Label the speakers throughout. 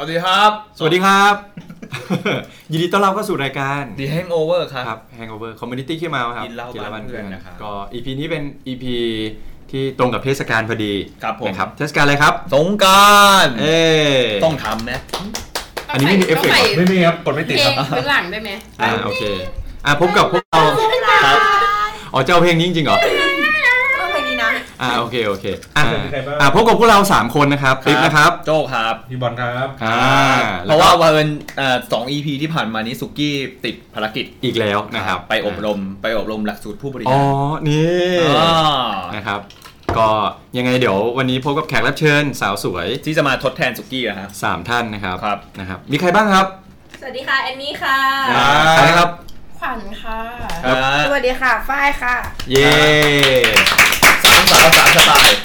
Speaker 1: วัสดีครับ
Speaker 2: สวัสดีครับ ยินดีต้อนรับเข้าสู่รายการ
Speaker 1: The Hangover ครับ
Speaker 2: ครับ Hangover Community ขี้เมาครับ
Speaker 1: กินเหล้าบ้านเพื่อนนะครับ
Speaker 2: ก็ EP นี้เป็น EP ที่ตรงกับเทศกาลพอดี
Speaker 1: ครับผม
Speaker 2: นะครับเทศกาลอะไรครับ
Speaker 1: สงกราร
Speaker 2: เอ้
Speaker 1: ต้องทำไหม
Speaker 2: อันนี้ไม่มีเอฟเฟกต์เหรอ
Speaker 3: ไม่มีครับกดไม่
Speaker 4: เพล
Speaker 3: ติด
Speaker 4: ง
Speaker 3: ครับ
Speaker 4: เป็นหลังได้ไหม
Speaker 2: อ่าโอเค อ่ะพบกับพวกเรา
Speaker 1: ครับ
Speaker 2: อ๋อเจ้าเพลงนี้จริงๆเหรอ
Speaker 5: ก็เพลงนี้นะ
Speaker 2: อ่าโอเคโอเค อ่า
Speaker 3: สวัสดีใครบ้าง
Speaker 2: อ่าพบกับพวกเรา 3 คนนะครับปิ๊บนะครับ
Speaker 1: โจครับ
Speaker 3: พี่บอลครับ
Speaker 2: อ่า
Speaker 1: เพราะว่าวันเอ่อสอง EP ที่ผ่านมานี้สุกี้ติดภารกิจ
Speaker 2: อีกแล้วนะครับ
Speaker 1: ไปอบรมไปอบรมหลักสูตรผู้บริ
Speaker 2: อ๋
Speaker 1: หา
Speaker 2: อ
Speaker 1: ร
Speaker 2: นี่
Speaker 1: อ่า
Speaker 2: นะครับ ก็ยังไงเดี๋ยววันนี้พบกับแขกรับเชิญสาวสวย
Speaker 1: ที่จะมาทดแทนสุกี้นะฮะ
Speaker 2: สามท่านนะครับ
Speaker 1: ครับ
Speaker 2: นะครับ มีใครบ้างครับ
Speaker 5: สวัสดีค่ะแอนนี่ค่ะ
Speaker 2: ใครนะครับ
Speaker 5: ขวัญค่ะ
Speaker 2: ครับ
Speaker 5: สวัสดีค่ะฝ้ายค่ะ
Speaker 2: เย่
Speaker 1: สามสาวสามสไตล์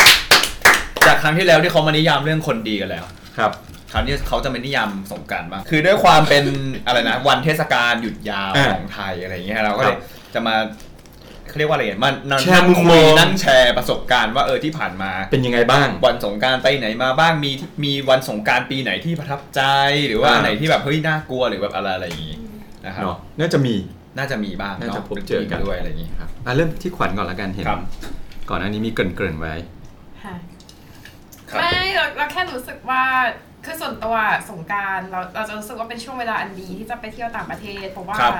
Speaker 1: จากครั้งที่แล้วที่เขามานิยามเรื่องคนดีกันแล้ว
Speaker 2: ครับ
Speaker 1: คราวนี้เขาจะเป็นนิยามสงกรารบ้าง คือด้วยความเป็น อะไรนะ วันเทศกาลหยุดยาว
Speaker 2: อ่า
Speaker 1: ของไทยอะไรอย่างเงี้ยเราก็เลยจะมาเขาเรียกว่าอะไรเนี่ยมันนั่ง
Speaker 2: แชร์มุมม
Speaker 1: คุ
Speaker 2: อยง
Speaker 1: นั่งแชร์ประสบการณ์ว่าเออที่ผ่านมา
Speaker 2: เป็นยังไงบ้าง
Speaker 1: วันสงกรารไปไหนมาบ้างมีมีวันสงกรารปีไหนที่ประทับใจหรือว่า
Speaker 2: อ่า
Speaker 1: อันไหนที่แบบเฮ้ยน่ากลัวหรือแบบอะไรอะไรอย่างงี้นะครับ
Speaker 2: เนาะน่าจะมี
Speaker 1: น่าจะมีบ้าง
Speaker 2: น่าจะ
Speaker 1: เนาะ
Speaker 2: พบเจอกัน
Speaker 1: ป็ทีมด้วยอะไรอย่างงี้
Speaker 2: ครับอ่ะเริ่มที่ขวัญก่อนละกันเห็น
Speaker 1: ครับ
Speaker 2: ก่อนหน้านี้มีเกรินเกรินๆไว้
Speaker 1: ครับ
Speaker 4: ไม่เราเราแค่รู้สึกว่าคือส่วนตัวสงกรารเราเราจะรู้สึกว่าเป็นช่วงเวลาอันดีที่จะไปเที่ยวต่างประเทศเพราะว่า
Speaker 1: ครับ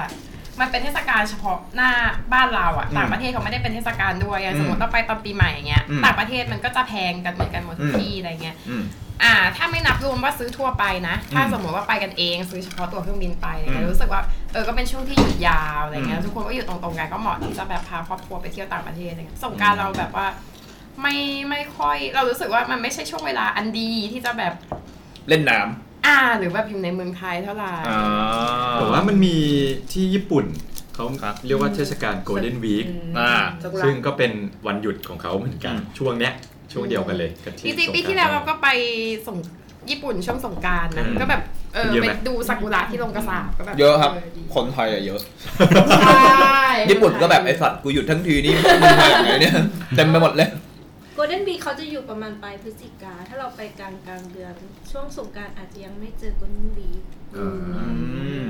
Speaker 4: มันเป็นเทศกาลเฉพาะหน้าบ้านเราอะ
Speaker 1: อืม
Speaker 4: ต่างประเทศเขาไม่ได้เป็นเทศกาลด้วยอย่าง
Speaker 1: อืม
Speaker 4: สมมติเราไปตอนปีใหม่อย่างเงี้ย
Speaker 1: อืม
Speaker 4: ต่างประเทศมันก็จะแพงกันเหมือนกันหมดทุก
Speaker 1: อืม
Speaker 4: ที่อะไรเงี้ย
Speaker 1: อืม
Speaker 4: อ่า ถ้าไม่นับรวมว่าซื้อทั่วไปนะ ถ้า
Speaker 1: อืม
Speaker 4: สมมติว่าไปกันเองซื้อเฉพาะตัวเครื่องบินไปอะไร
Speaker 1: อื
Speaker 4: เงี้ย
Speaker 1: ม
Speaker 4: รู้สึกว่าเออก็เป็นช่วงที่หยุดยาวอะไรเงี้
Speaker 1: อื
Speaker 4: ย
Speaker 1: ม
Speaker 4: ทุกคนก็หยุดตรงๆกันก็เหมาะที่จะแบบพาครอบครัวไปเที่ยวต่างประเทศอะไรเงี้ยสงกรารเราแบบว่า ไม่ไม่ค่อยเรารู้สึกว่ามันไม่ใช่ช่วงเวลาอันดีที่จะแบบ
Speaker 1: เล่นน้
Speaker 4: อ่าหรือแบบอยู่ในเมืองไทยเท่าไหร่
Speaker 1: ำอ่า
Speaker 2: แต่ว่ามันมีที่ญี่ปุ่นเขา
Speaker 1: ครับ
Speaker 2: เรียกว่าเทศกาล Golden Week
Speaker 1: อ่า
Speaker 2: ซึ่งก็เป็นวันหยุดของเขาเหมือนกัน
Speaker 1: อืม
Speaker 2: ช่วงเนี้ย ช่วงเดียวกันเลยกับ
Speaker 4: จริงๆปี
Speaker 2: ส
Speaker 4: ที่แล้ว
Speaker 2: นต์
Speaker 4: เราก็ไปส่งญี่ปุ่นช่วงสงกรารนะ
Speaker 2: อืม
Speaker 4: ก็แบบเออ
Speaker 2: เยอะไหม
Speaker 4: ไปดูซากุระที่ลงกระสาบก็แบบ
Speaker 1: เยอะครับ คนไทยอะเยอะ
Speaker 4: ใช่
Speaker 1: ญี่ปุ่นก็แบบไอสัตว์กูหยุดทั้งทีนี่มึงมาจากไหนเนี่ยเต็มไปหมดเลย
Speaker 6: โกลเด้นบีเขาจะอยู่ประมาณปลายพฤศจิกา ถ้าเราไปกลางกลางเดือน ช่วงสงกรารอาจจะยังไม่เจอโกลเด้นบี
Speaker 2: อ่า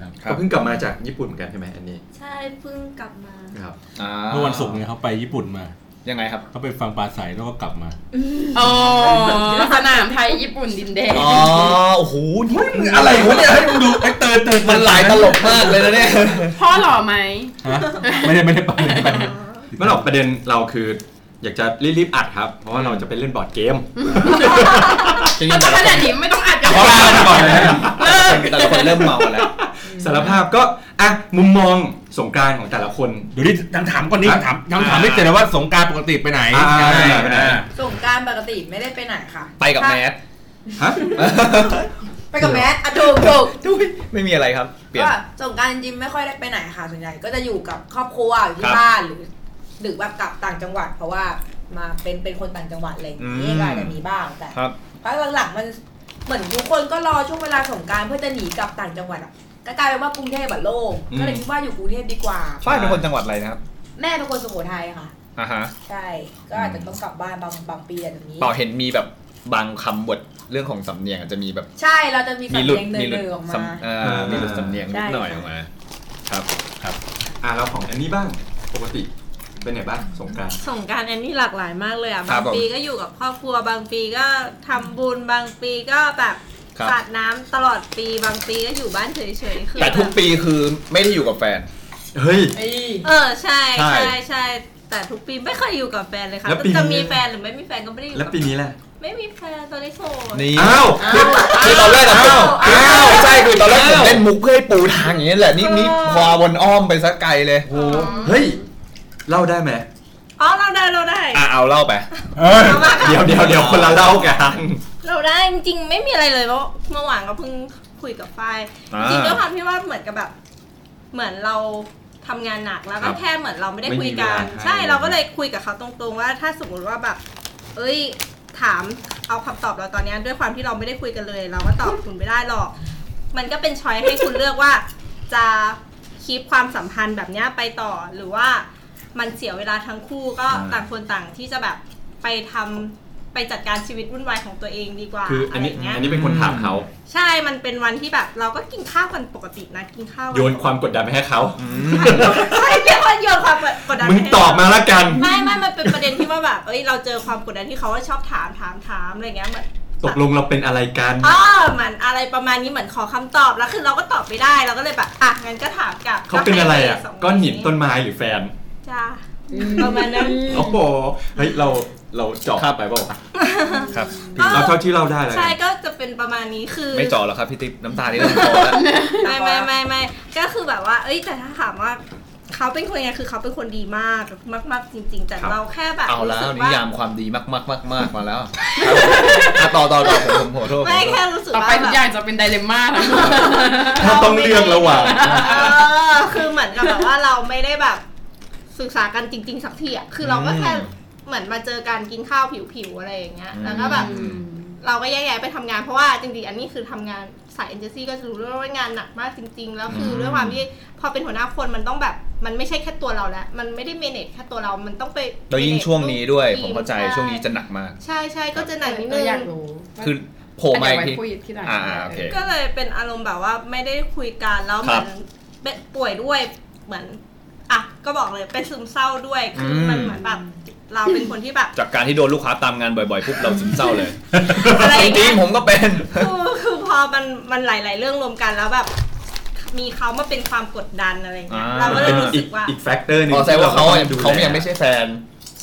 Speaker 1: ครับ
Speaker 2: ก็เพิ่งกลับมาจากญี่ปุ่นเหมือนกันใช่ไหมอันนี้
Speaker 6: ใช่เพิ่งกลับมา
Speaker 2: ครับ
Speaker 3: เมื่อวันศุกร์เนี่ยเขาไปญี่ปุ่นมา
Speaker 1: ยังไงครับ
Speaker 3: เขาไปฟังปลาใสแล้วก็กลับมา
Speaker 4: โอ้สนามไทยญี่ปุ่นดินแดง
Speaker 1: อ๋อ โอ้โหนี่มึงอะไรวะเนี่ยให้มึงดูไอ้เติร์นเติร์นมันหลายตลกมากเลยนะเนี่ย
Speaker 4: พ่อหล่อไหม
Speaker 3: ฮะ ไม่ได้ไม่ได้ไปไม่ได้ไป
Speaker 2: ไม่หรอกประเด็นเราคือ อยากจะรีบๆอัดครับ เพราะว่าเราจะไปเล่นบอร์ดเกม
Speaker 1: จริง
Speaker 4: เอา
Speaker 1: ๆ
Speaker 4: จะ
Speaker 1: แต่ละค
Speaker 4: ขนาด
Speaker 1: น
Speaker 4: นี้ไม่ต้องอัดกับ
Speaker 1: ขอ
Speaker 4: พ่อ
Speaker 1: ลาไปก่อนเลยนะแต่ละคนเริ่มเมาแล้ว
Speaker 2: สารภาพก็อ่ะมุมมองสงกรารของแต่ละคน
Speaker 3: เดี๋ยวนี้ยังถามก่อนนี้
Speaker 2: ฮะ
Speaker 3: ถามยังถามไม่เจอเลยว่าสงกรารปกติไปไหน
Speaker 2: อ่า
Speaker 3: ยังไง
Speaker 2: ไปไหน
Speaker 3: อ่า
Speaker 5: สงกรารปกติไม่ได้ไปไหนค่ะ
Speaker 1: ไปกับแมส
Speaker 2: ฮะ
Speaker 5: ไปกับแมทอ่ะถูกถูก
Speaker 1: ทุยไม่มีอะไรครับ เปลี่ยน
Speaker 5: ก็สงกรารจริงๆไม่ค่อยได้ไปไหนค่ะส่วนใหญ่ก็จะอยู่กับครอบครัวอยู่
Speaker 1: ครั
Speaker 5: ที่
Speaker 1: บ
Speaker 5: บ้านหรือดึกแบบกลับต่างจังหวัด เพราะว่ามาเป็นเป็นคนต่างจังหวัดอะไรอย่าง
Speaker 1: อื
Speaker 5: นี้
Speaker 1: ม
Speaker 5: ก็อาจจะมีบ้างแต่
Speaker 1: ครับ
Speaker 5: พักหลังๆมันเหมือนทุกคนก็รอช่วงเวลาสงกรารเพื่อจะหนีกลับต่างจังหวัดอ่ะก็กลายเป็นว่ากรุงเทพแบบโล่ง
Speaker 2: อืม
Speaker 5: ก็เลยคิดว่าอยู่กรุงเทพดีกว่า
Speaker 1: ฝ้ายเป็นคนจังหวัดอะไรนะครับ
Speaker 5: แม่เป็นคนสุโขทัยค่ะ
Speaker 1: อ่าฮะ
Speaker 5: ใช่ก็อาจจะต้องกลับบ้านบางบางปีอะไรแบบนี้
Speaker 1: เปล่าเห็นมีแบบบางคำบทเรื่องของสำเนียงอาจจะมีแบบ
Speaker 5: ใช่เราจะมี
Speaker 1: มี
Speaker 5: สำ
Speaker 1: หลุด
Speaker 5: เนียงเน
Speaker 1: มีหลุด
Speaker 5: ยๆออกมา
Speaker 1: สำเอ่อมีหลุดสำเนียงนิดหน่อยออกมา ครับ ครับ
Speaker 2: อ่ะเราของอันนี้บ้าง ปกติเป็นไหนบ้างสงกราร
Speaker 6: สงกรารแอนนี่หลากหลายมากเลยอ่ะ
Speaker 1: ครับ
Speaker 6: า
Speaker 1: บ
Speaker 6: ง
Speaker 1: ผม
Speaker 6: ปีก็อยู่กับครอบครัว บางปีก็ทำบุญ บางปีก็แบบ
Speaker 1: ครับ
Speaker 6: สาดน้ำตลอดปี บางปีก็อยู่บ้านเฉยๆ คือ
Speaker 1: แต่ทุก
Speaker 6: บบ
Speaker 1: ปีคือไม่ได้อยู่กับแฟน
Speaker 2: เฮ้ย
Speaker 6: เออ ใช่
Speaker 1: ใช่
Speaker 6: ใช่ใช่แต่ทุกปีไม่เคยอยู่กับแฟนเลยค่ะ
Speaker 2: แล้วปีนี้
Speaker 6: จะมีแฟนหรือไม่มีแฟนก็ไม่ได้อยู่
Speaker 2: แล้ว
Speaker 6: กับ
Speaker 2: ปีนี้แหละ
Speaker 6: ไม่มีแฟนตอนนี้โสด
Speaker 1: นี่
Speaker 2: อ้าว
Speaker 1: คือตอนแรกอะผม
Speaker 2: อ้า
Speaker 1: อ้า
Speaker 2: ว
Speaker 1: วใช่คือตอนแรกผม
Speaker 2: อ้าว
Speaker 1: เล่นมุกเพื่อให้ปูทางอย่างนี้แหละ นี่นี่พอวนอ้อมไปซะไกลเลย
Speaker 2: โอ้โหเฮ้ย เล่าได้ไหม
Speaker 6: อ๋อ เราได้เราได้
Speaker 1: อ่ะเอาเล่าไป
Speaker 3: เอ้ย
Speaker 6: เรามาค่ะ
Speaker 2: เดี๋ยวเดี๋ยวเดี๋ยวคนละเล่ากัน
Speaker 6: เราได้จริงๆไม่มีอะไรเลยเพราะเมื่อวานก็เพิ่งคุยกับฝ้าย
Speaker 1: อ่า
Speaker 6: จริงๆด้วยความที่ว่าเหมือนกับแบบ เหมือนเราทำงานหนักแล้ว
Speaker 2: ครั
Speaker 6: ก็
Speaker 2: บ
Speaker 6: แค่เหมือนเราไม่ได้คุย
Speaker 2: ไม่มีเว
Speaker 6: กั
Speaker 2: ลาน ให้
Speaker 6: ใช่เราก็เลยคุยกับเขาตรงๆว่าถ้าสมมติว่าแบบ เอ้ยถามเอาคำตอบเราตอนเนี้ยด้วยความที่เราไม่ได้คุยกันเลย เราก็ตอบคุณไม่ได้หรอก มันก็เป็นช้อยให้คุณเลือกว่า จะคีบความสัมพันธ์แบบเนี้ยไปต่อหรือว่ามันเสียเวลาทั้งคู่ก็
Speaker 2: อ่า
Speaker 6: ต่างคนต่างที่จะแบบไปทำ ไปจัดการชีวิตวุ่นวายของตัวเองดีกว่า
Speaker 2: คืออันนี้
Speaker 6: ะไรย่างเงี้ย
Speaker 2: อันนี้เป็นคนถามเขา
Speaker 6: ใช่มันเป็นวันที่แบบเราก็กินข้าวกันปกตินะกินข้าวกั
Speaker 2: โยนความกดดันไปให้เขา
Speaker 6: ใช่เรียกว่าโยนความกดดัน
Speaker 2: มึง
Speaker 6: ให้เร
Speaker 2: ตอบมาละกัน
Speaker 6: ไม่ไม่มันเป็นประเด็นที่ว่าแบบ เอ้ย เราเจอความกดดันที่เขาว่าชอบถามถามถามอะไรเงี้ยเหมือน
Speaker 2: ตกลงเราเป็นอะไรกัน
Speaker 6: อ๋อมันอะไรประมาณนี้เหมือนขอคำตอบแล้วคือเราก็ตอบไม่ได้เราก็เลยแบบอ่ะงั้นก็ถามกลับ
Speaker 2: เขาเป็นอะไรอ่ะ
Speaker 6: สง
Speaker 2: ก้อนหินต้นไม้หรือแฟน
Speaker 6: จ้าประมาณนั้น
Speaker 2: โอ้โห เฮ้ย เราเราเจอบไปเปล่าวะ
Speaker 1: ครับ
Speaker 6: เออ
Speaker 2: เอาเท่าที่เราได้แล้ว
Speaker 6: ใช่
Speaker 2: กัน
Speaker 6: ก็จะเป็นประมาณนี้คือ
Speaker 1: ไม่จ่อหรอกครับพี่ติ๊บน้ำตานี่เริ่มคอแล้ว
Speaker 6: ไม่ไม่ไม่ไม่ก็คือแบบว่า เอ้ย แต่ถ้าถามว่าเขาเป็นคนยังไงคือเขาเป็นคนดีมากมาก ๆ จริง ๆ แต่
Speaker 2: ครับ
Speaker 6: เราแค่แบบ
Speaker 1: เอาแล้ว
Speaker 6: รู้สึกว่าย
Speaker 1: นิามความดีมากมากมากมากมาแล้วอ่ะต่อต่อต่อผมผมขอโทษผม
Speaker 6: ไม่
Speaker 1: ขอโท
Speaker 6: แค่
Speaker 1: ษ
Speaker 6: รู้สึก
Speaker 4: ต่อ
Speaker 6: ว่า
Speaker 4: ไปทุ
Speaker 6: แบ
Speaker 4: ก
Speaker 6: บ
Speaker 4: อย่างจะเป็นไดเลม่าทั้งหมด
Speaker 2: ถ้าต้องเลือกระหว่าง
Speaker 6: เออคือเหมือนกับแบบว่าเราไม่ได้แบบศึกษากันจริง ๆ สักทีอ่ะ คือเราก็แค่
Speaker 1: อืม
Speaker 6: เหมือนมาเจอการกินข้าวผิวๆอะไรอย่างเงี้ย แล้วก็แบบ
Speaker 1: อืม
Speaker 6: เราก็แยกย้ายไปทำงานเพราะว่าจริงๆ อันนี้คือทำงานสายเอเจนซี่ก็จะรู้ด้วยว่างานหนักมากจริง ๆ แล้วคือด้วยความที่พอเป็นหัวหน้าคนมันต้องแบบมันไม่ใช่แค่ตัวเราแล้ว มันไม่ได้เมเนจแค่ตัวเรา มันต้องไป
Speaker 1: แล้วยิ่ง
Speaker 6: manage
Speaker 1: ช่วงนี้ด้วย
Speaker 6: ลูก
Speaker 1: ผมเข้าใจ
Speaker 6: ที
Speaker 1: ช่วงนี้จะหนักมาก
Speaker 6: ใช่ใช่ก็จะหนักนิดนึ
Speaker 4: เอง ออยากรู้ว่า
Speaker 1: คือโผล่มาอีกที
Speaker 4: เดี๋ยวไว้คุยที่หลัง
Speaker 1: อ่าอ่าโอเค
Speaker 6: ก็เลยเป็นอารมณ์แบบว่าไม่ได้คุยกันแล้วเห
Speaker 1: ครั
Speaker 6: มื
Speaker 1: บ
Speaker 6: อนเป็นป่วยด้วยเหมือนอ่ะก็บอกเลยเป็นซึมเศร้าด้วยคืออ
Speaker 1: ม
Speaker 6: มันเหมือนแบบเราเป็นคนที่แบบ
Speaker 1: จากการที่โดนลูกค้าตามงานบ่อยๆปุ๊บเราซึมเศร้าเลย
Speaker 6: อะไร
Speaker 1: จ
Speaker 6: อย่างเงี้
Speaker 1: ริ
Speaker 6: ย
Speaker 1: งๆผมก็เป็น
Speaker 6: คือคือพอมันมันหลาย ๆ เรื่องรวมกันแล้วแบบ มีเขามาเป็นความกดดันอะไรอย่างเงี้ย
Speaker 1: อ่า
Speaker 6: เราก็เลย
Speaker 2: เป็น
Speaker 6: รู้
Speaker 2: อี
Speaker 6: สึ
Speaker 2: ก
Speaker 6: กว่า
Speaker 2: อีกแฟกเตอร์หนึง
Speaker 1: อ๋อแสดงว่าเขา
Speaker 2: ที่รต้องดู
Speaker 1: เขา
Speaker 2: แล
Speaker 1: ยังไม่ใช่แฟน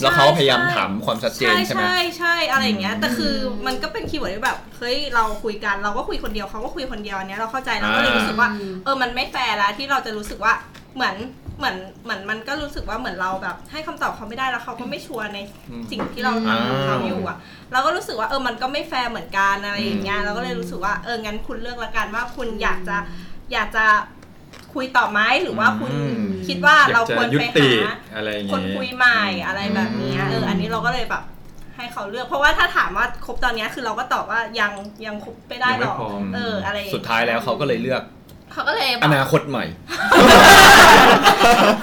Speaker 1: แล้วเขาพยายามถามความชัดเจนใช่ไหม
Speaker 6: ใช่ใช่อะไรอย่างเงี้ยแต่คือมันก็เป็นคีย์เวิร์ดที่แบบเฮ้ยเราคุยกันเราก็คุยคนเดียวเขาก็คุยคนเดียวอันเนี้ยเราเข้าใจเราก็เลย
Speaker 1: อ่า
Speaker 6: รู้สึกว่าเออมันไม่แฟร์ละที่เราจะรู้สึกว่าเหมือนเหมือนเหมือนมันก็รู้สึกว่าเหมือนเราแบบ ให้คำตอบเขาไม่ได้แล้วเขาก็ไม่ชัวร์ในสิ่งที่เราทำของเขาอยู่อ่ะเราก็รู้สึกว่าเออมันก็ไม่แฟร์เหมือนกันอะไรอย่างเงี้ยเราก็เลยรู้สึกว่าเอองั้นคุณเลือกละกันว่าคุณอยากจะอยากจะคุยต่อไหมหรือว่าคุณ
Speaker 1: อืม
Speaker 6: คิดว่า
Speaker 2: อย
Speaker 6: เรา
Speaker 2: กจะ
Speaker 6: ควร
Speaker 2: ยุ
Speaker 6: ไป
Speaker 2: ติ
Speaker 6: หา
Speaker 2: อะไรอย่าง
Speaker 6: คน
Speaker 2: เงี้ย
Speaker 6: คุยใหม่อะไรแบบเนี้ย
Speaker 1: อืม
Speaker 6: เอออันนี้เราก็เลยแบบให้เขาเลือก เพราะว่าถ้าถามว่าคบตอนเนี้ยคือเราก็ตอบว่ายังยังคบไม่ได้
Speaker 2: ยัง
Speaker 6: ห
Speaker 2: ไม่
Speaker 6: รอก
Speaker 2: พร้อม
Speaker 6: เอออะไรองเงี้
Speaker 1: สุดท้ายแล้วเขาก็เลยเลือก
Speaker 6: เขาก็เลยแบ
Speaker 1: อบ นาคตใหม่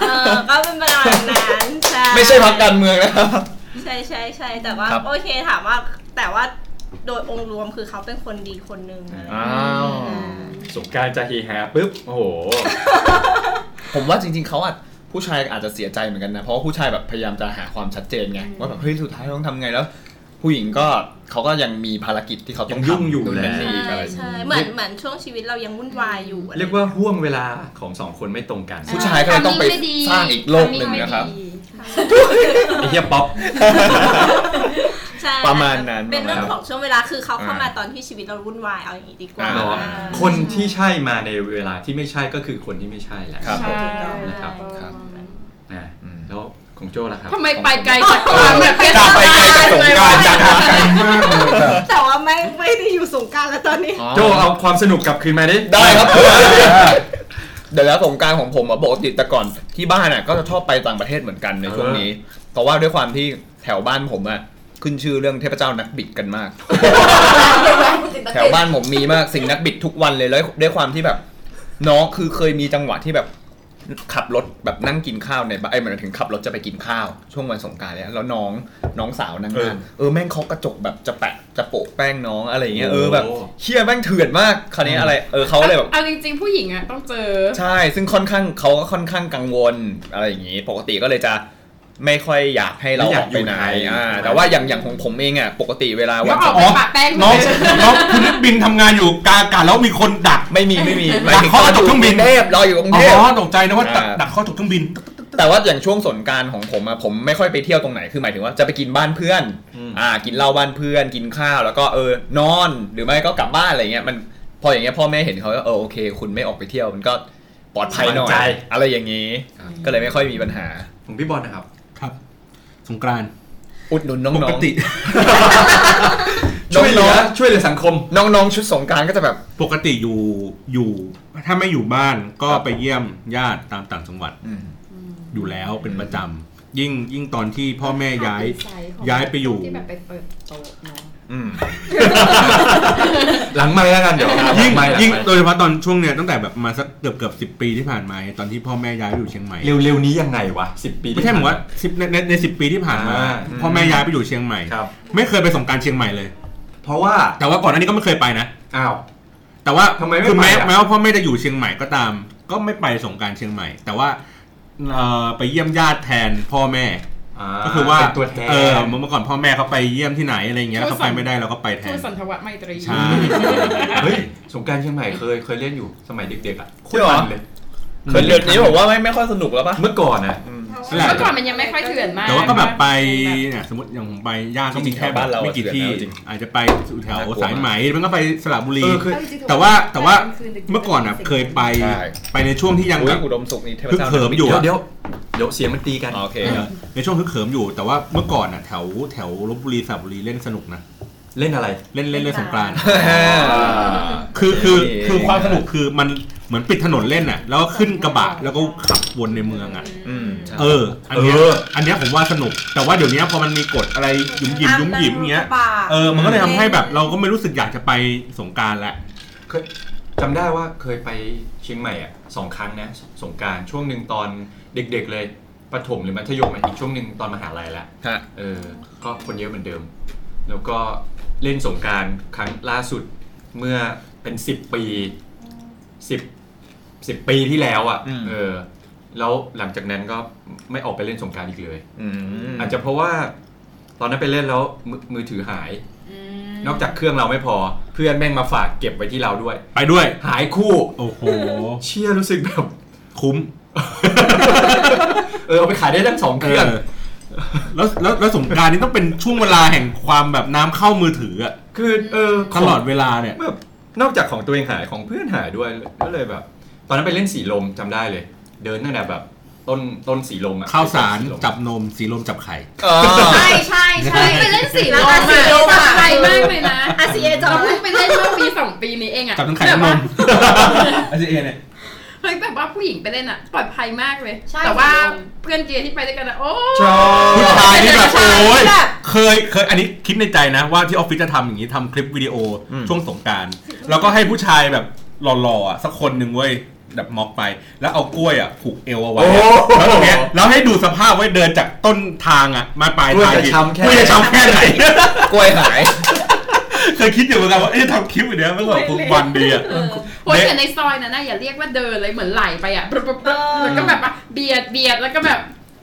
Speaker 6: เออก็เป็นประมาณนั้นใช่
Speaker 1: ไม่ใช่พักการเมืองนะครับ
Speaker 6: ใช่ใช่ใช่แต่ว่า
Speaker 1: ครับ
Speaker 6: โอเคถามว่าแต่ว่าโดยองค์รวมคือเขาเป็นคนดีคนหนึ่งอะไรอย่างเงี้ย
Speaker 1: อ้าว
Speaker 6: อืม
Speaker 2: สงกรารจะเฮฮาปุ๊บ โอ้โห
Speaker 1: ผมว่าจริง ๆเขาอาจผู้ชายอาจจะเสียใจเหมือนกันนะ เพราะว่าผู้ชายแบบพยายามจะหาความชัดเจนไงว่าแบบเฮ้ยสุดท้ายต้องทำไงแล้ว ผู้หญิงก็เขาก็ยังมีภารกิจที่เขาต้
Speaker 2: ยั
Speaker 1: อง
Speaker 2: งยุ่งอยู่
Speaker 1: แห
Speaker 2: แหละ
Speaker 1: ละ
Speaker 6: ใช่ใช่เหมือนเหมือนช่วงชีวิตเรายังวุ่นวายอยู่อะไร
Speaker 2: เรียกว่าห่วงเวลาของสองคนไม่ตรงกัน
Speaker 1: ผู้ชายก็เลยต้องไปสร้างอีกโลกหนึ่งนะครับ
Speaker 2: ไอ้เฮียป๊อป
Speaker 6: ใช่
Speaker 1: ประมาณนั้น
Speaker 6: เป็นเรื่องของช่วงเวลาคือเขาเข้ามา
Speaker 1: อ่า
Speaker 6: ตอนที่ชีวิตเราวุ่นวายเอาอย่างงี้ดีกว่า
Speaker 1: อ่า
Speaker 6: เออ
Speaker 2: คนที่ใช่มาในเวลาที่ไม่ใช่ก็คือคนที่ไม่ใช่แหละ
Speaker 1: ครับผม
Speaker 2: นะครับ
Speaker 1: ครับ
Speaker 2: นะ
Speaker 1: อืม
Speaker 2: แล้วของโจ้ล่ะครับ
Speaker 4: ทำไมไปไกลจากความแบบเป็น
Speaker 1: จากไปไกลจากสงกรารจากหากัน
Speaker 6: แต่ว่าไม่ไม่ได้อยู่สงกรารแล้วตอนนี้
Speaker 2: โจ้เอาความสนุกกลับคืนมาดิ
Speaker 1: ได้ครับ เดี๋ยวแล้วสงกรารของผมอะปกติแต่ก่อนที่บ้านอะก็จะชอบไปต่างประเทศเหมือนกันในช่วงนี้ เพราะว่าด้วยความที่แถวบ้านผมอะขึ้นชื่อเรื่องเทพเจ้านักบิดกันม าก แถวบ้านผมมีมากสิ่งนักบิดทุกวันเลยแล้วด้วยความที่แบบ น้องคือเคยมีจังหวะที่แบบขับรถแบบนั่งกินข้าวในบ้านไอ้ยหมันถึงขับรถจะไปกินข้าว ช่วงวันสงกรารแล้วแล้วน้องน้องสาวนั่ง
Speaker 2: เออ
Speaker 1: ข้างเออแม่งเขากระจกแบบจะแปะจะโปะแป้งน้องอะไรอย่างเงี้ยเออแบบ
Speaker 2: โอ้
Speaker 1: เชี่ยแม่งเถื่อนมากคราวนี้อะไรเออเขาเลยแบบ
Speaker 4: เอาจริงๆ ผู้หญิงอ่ะ ต้องเจอ
Speaker 1: ใช่ ซึ่งค่อนข้างเขาก็ค่อนข้างกังวลอะไรอย่างนี้ ปกติก็เลยจะไม่ค่อยอยากให้เรา
Speaker 2: ไม่
Speaker 1: อย
Speaker 2: อา
Speaker 1: อก กไปไหน
Speaker 2: อยู่ไทย
Speaker 1: อ่าแต่ว่าอย่างอย่างของผมเองอ่ะ ปกติเวลา
Speaker 4: ก็
Speaker 1: วัน
Speaker 4: ออกไปปะแป้ง
Speaker 3: น้อง
Speaker 4: เลย
Speaker 3: น้องคุณนักบินทำงานอยู่กลางอากาศแล้วมีคนดัก
Speaker 1: ไม่มีไม่มี
Speaker 3: หลังเขาก็ตกเครื่องบิน
Speaker 1: เทพรออยู่กรุง
Speaker 3: อ๋
Speaker 1: เทพ
Speaker 3: อตกใจนะว่าดัก
Speaker 1: อ่า
Speaker 3: ดักข้อถูกเครื่องบิน
Speaker 1: แต่ว่าอย่างช่วงสงกรารของผมอะผมไม่ค่อยไปเที่ยวตรงไหนคือหมายถึงว่าจะไปกินบ้านเพื่อน
Speaker 2: อืม
Speaker 1: อ่ากินเหล้าบ้านเพื่อนกินข้าวแล้วก็เออนอนหรือไม่ก็กลับบ้านอะไรเงี้ยมันพออย่างเงี้ยพ่อแม่เห็นเขาก็เออโอเค คุณไม่ออกไปเที่ยวมันก็ปลอดภัยหน่อยอะไรอย่างนี้ ก็เลยไม่ค่อยมีปัญหา
Speaker 2: ของพี่บอลนะครับ
Speaker 3: ครับ สงกรานต์
Speaker 1: อุดหนุนน้อง
Speaker 3: ป
Speaker 1: ๆ
Speaker 3: กติ
Speaker 2: ช่วยเหลือช่วยเหลือสังคม
Speaker 1: น้องๆ ชุดสงกรารก็จะแบบ
Speaker 3: ปกติอยู่อยู่ ถ้าไม่อยู่บ้านก็
Speaker 1: ครับ
Speaker 3: ไปเยี่ยมญาติตามต่างจังหวัดอยู่แล้วเป็นประจำยิ่งยิ่งตอนที่พ่อแม่ย้าย ย้ายไปอยู่
Speaker 4: ที่แบบไปเปิดโต๊ะเนาะ
Speaker 1: อืม
Speaker 2: หลังไม่แล้วกันเดี๋ยว
Speaker 3: ยิ่ง
Speaker 2: หลัไมค์หลัไมค์
Speaker 3: ยิ่งโดยเฉพาะตอนช่วงเนี้ยตั้งแต่แบบมาสักเกือบเกือบสิบปีที่ผ่านมาตอนที่พ่อแม่ย้ายไปอยู่เชียงใหม่
Speaker 2: เร็วๆนี้ยังไงวะสิบปีที่
Speaker 3: ไม่ใช่ผมว่าสิบในในในสิบปีที่ผ่านมา
Speaker 2: อ่า
Speaker 3: พ่อแม่ย้ายไปอยู่เชียงใหม่
Speaker 2: ครับ
Speaker 3: ไม่เคยไปสงกรารเชียงใหม่เลย
Speaker 2: เพราะว่า
Speaker 3: แต่ว่าก่อนหน้านี้ก็ไม่เคยไปนะ
Speaker 2: อ้าว
Speaker 3: แต่ว่า
Speaker 2: ทำไมไม่
Speaker 3: คือแม้
Speaker 2: ไปอ่ะ
Speaker 3: แม้ว่าพ่อแม่จะอยู่เชียงใหม่ก็ตาม ก็ไม่ไปสงกรารเชียงใหม่ แต่ว่าเอ่อไปเยี่ยมญาติแทนพ่อแม่ ก็คือว่า
Speaker 2: เป็นตัวแทน
Speaker 3: เออเมื่อก่อนพ่อแม่เขาไปเยี่ยมที่ไหนอะไรอย่างเงี้ยแล้วเขาไปไม่ได้เราก็ไปแท
Speaker 4: ทูต
Speaker 3: น
Speaker 4: สันทวะไมตรี
Speaker 3: ใช่
Speaker 2: เฮ้ยสงกรารเชียงใหม่เคยเคยเล่นอยู่สมัยเด็กๆอ่ะ
Speaker 1: จริงเหรอ
Speaker 2: มันเลย
Speaker 1: เคยเดี๋ยวนี้ผมว่าไม่ไม่ค่อยสนุกแล้วปะ
Speaker 2: เมื่อก่อนนะ
Speaker 1: อืม
Speaker 3: นั่นแหละ
Speaker 4: เมื่อก่อนมันยังไม่ค่อยเถื่อนมาก
Speaker 3: แต่ว่าก็แบบไปเนี่ยสมมติอย่างผมไปย่าก็มีแค่
Speaker 1: จริงๆแถว
Speaker 3: แบบ
Speaker 1: บ้านเราอะ
Speaker 3: ไม่กี่ที่
Speaker 1: จริง
Speaker 3: อาจจะไปสู่แถว
Speaker 1: น่ากลัวมาก
Speaker 3: สายไหมมันก็ไปสระบุรี
Speaker 2: เออคือ
Speaker 3: แต่ว่าแต่ว่าเมื่อก่อนอ่ะเคยไป
Speaker 1: ใช่
Speaker 3: ไปในช่วงที่ยัง
Speaker 1: อุ๊
Speaker 3: แบ
Speaker 1: ย
Speaker 3: บ
Speaker 1: อุดมสุขนี่เทพ
Speaker 3: คือ
Speaker 1: เจ้า
Speaker 3: เขิมอยู่
Speaker 2: เดี๋ยว
Speaker 3: อะ
Speaker 2: เดี๋ยวเดี๋ยวเสียงมันตีกัน
Speaker 1: อ๋อโอเค
Speaker 3: เออในช่วงคือเขิมอยู่ แต่ว่าเมื่อก่อนอ่ะแถวแถวลบบุรีสระบุรีเล่นสนุกนะ
Speaker 2: เล่นอะไร
Speaker 3: เล่นเล่นเล่นสงกรานต์
Speaker 2: อ่า
Speaker 3: คือคือคือ
Speaker 1: เออ
Speaker 3: ความสนุกคือมันเหมือนปิดถนนเล่นอ่ะ แล้วก็ขึ้นกระบะแล้วก็ขับวนในเมืองอ่ะ
Speaker 1: อืม
Speaker 3: เออ อันเนี้ย
Speaker 2: เออ
Speaker 3: อันเนี้ยผมว่าสนุก แต่ว่าเดี๋ยวเนี้ยพอมันมีกฎอะไรหยุ่มหยิมหยุ่มหยิมเงี้ย
Speaker 7: ป่า
Speaker 3: เออ มันก็เลยทำให้แบบเราก็ไม่รู้สึกอยากจะไปสงกรารละ
Speaker 2: เคยจำได้ว่าเคยไปเชียงใหม่อ่ะสองครั้งนะสสงกรารช่วงหนึ่งตอนเด็กๆเลยประถมหรือมัธยมอะอีกช่วงหนึ่งตอนมหาลัยละ
Speaker 1: ฮะ
Speaker 2: เออ ก็คนเยอะเหมือนเดิม แล้วก็เล่นสงกรารครั้งล่าสุดเมื่อเป็นสิบปีสิบสิบปีที่แล้วอ่ะ
Speaker 1: อืม
Speaker 2: เออ แล้วหลังจากนั้นก็ไม่ออกไปเล่นสงกรารอีกเลย
Speaker 1: อืม
Speaker 2: อาจจะเพราะว่าตอนนั้นไปเล่นแล้วมือมือถือหาย นอกจากเครื่องเราไม่พอ เพื่อนแม่งมาฝากเก็บไว้ที่เราด้วย
Speaker 3: ไปด้วย
Speaker 2: หายคู่
Speaker 3: โอ้โห
Speaker 2: เชี่ยรู้สึกแบบ
Speaker 3: คุ้ม
Speaker 2: เออเอาไปขายได้ทั้งสองเครื่อง
Speaker 3: เออแล้วแล้วแล้วสงกรารนี่ต้องเป็นช่วงเวลาแห่งความแบบน้ำเข้ามือถืออะ
Speaker 2: คือเออ
Speaker 3: ตลอดเวลาเนี่ย
Speaker 2: แบบนอกจากของตัวเองหายของเพื่อนหายด้วยก็เลยแบบ ตอนนั้นไปเล่นสีลมจำได้เลย เดินตั้งแต่แบบ ต้นต้นสีลมอะ
Speaker 3: ข้าวสาร
Speaker 2: สีลม
Speaker 3: จับนมสีลมจับไข่
Speaker 1: เออ
Speaker 8: ใช่ใช่ใช่ไปเล่นสีลม
Speaker 7: ราคาสีลม
Speaker 8: อะ
Speaker 7: อะ
Speaker 8: ตัดใจ
Speaker 4: ไกล
Speaker 8: มาม
Speaker 4: าก กเลยนะ
Speaker 6: อาซีเอจอม
Speaker 4: เราเพิ่งไปเล่นเมื่อปีสองปีนี้เองอะ
Speaker 3: จับทั้งไข่
Speaker 4: แบ
Speaker 3: ทั้งน
Speaker 4: บว่าม
Speaker 3: อาจารย์เนี่ย
Speaker 4: เฮ้ยแบบว่าผู้หญิงไปเล่นอะปลอดภัยมากเลย
Speaker 7: ใช่
Speaker 4: แต่ว่า
Speaker 7: สีลม
Speaker 4: เพื่อนเกย์ที่ไปด้วยกันอะโอ้
Speaker 2: ชอบ
Speaker 3: ผู้ชายนี่แบบโอ้ย
Speaker 7: แบบ
Speaker 3: เคยเคยอันนี้คิดในใจนะว่าที่ออฟฟิศจะทำอย่างนี้ทำคลิปวิดีโออ
Speaker 1: ม
Speaker 3: ช่วงสงกรารแล้วก็ให้ผู้ชายแบบหล่อๆอ่ะสักคนหนึ่งเว้ยแบบม็อกไป แล้วเอากล้วยอ่ะผูกเอวเอาไว้
Speaker 2: โอ้โห
Speaker 3: อะแล้วตรงเนี้ยแล้วให้ดูสภาพไว้เดินจากต้นทางอ่ะมาปลายทาง
Speaker 2: กล้วยจะช้ำแค่
Speaker 3: กล้วยจะช้ำแค่ไหน
Speaker 1: กล้วยหาย
Speaker 3: เคยคิดอยู่เหมือนกันว่าเอ๊ะทำคลิปอย่างเนี้ยไม่หวังปุ๊บวันดีอ่ะ
Speaker 4: โอ้ยแต่ในซอยนั้นนะอย่าเรียกว่าเดินเลยเหมือนไหลไปอะปรึ๊บปรึ๊บปรึ๊บแล้วก็แบบว่าเบียดเบียดแล้วก็แบบ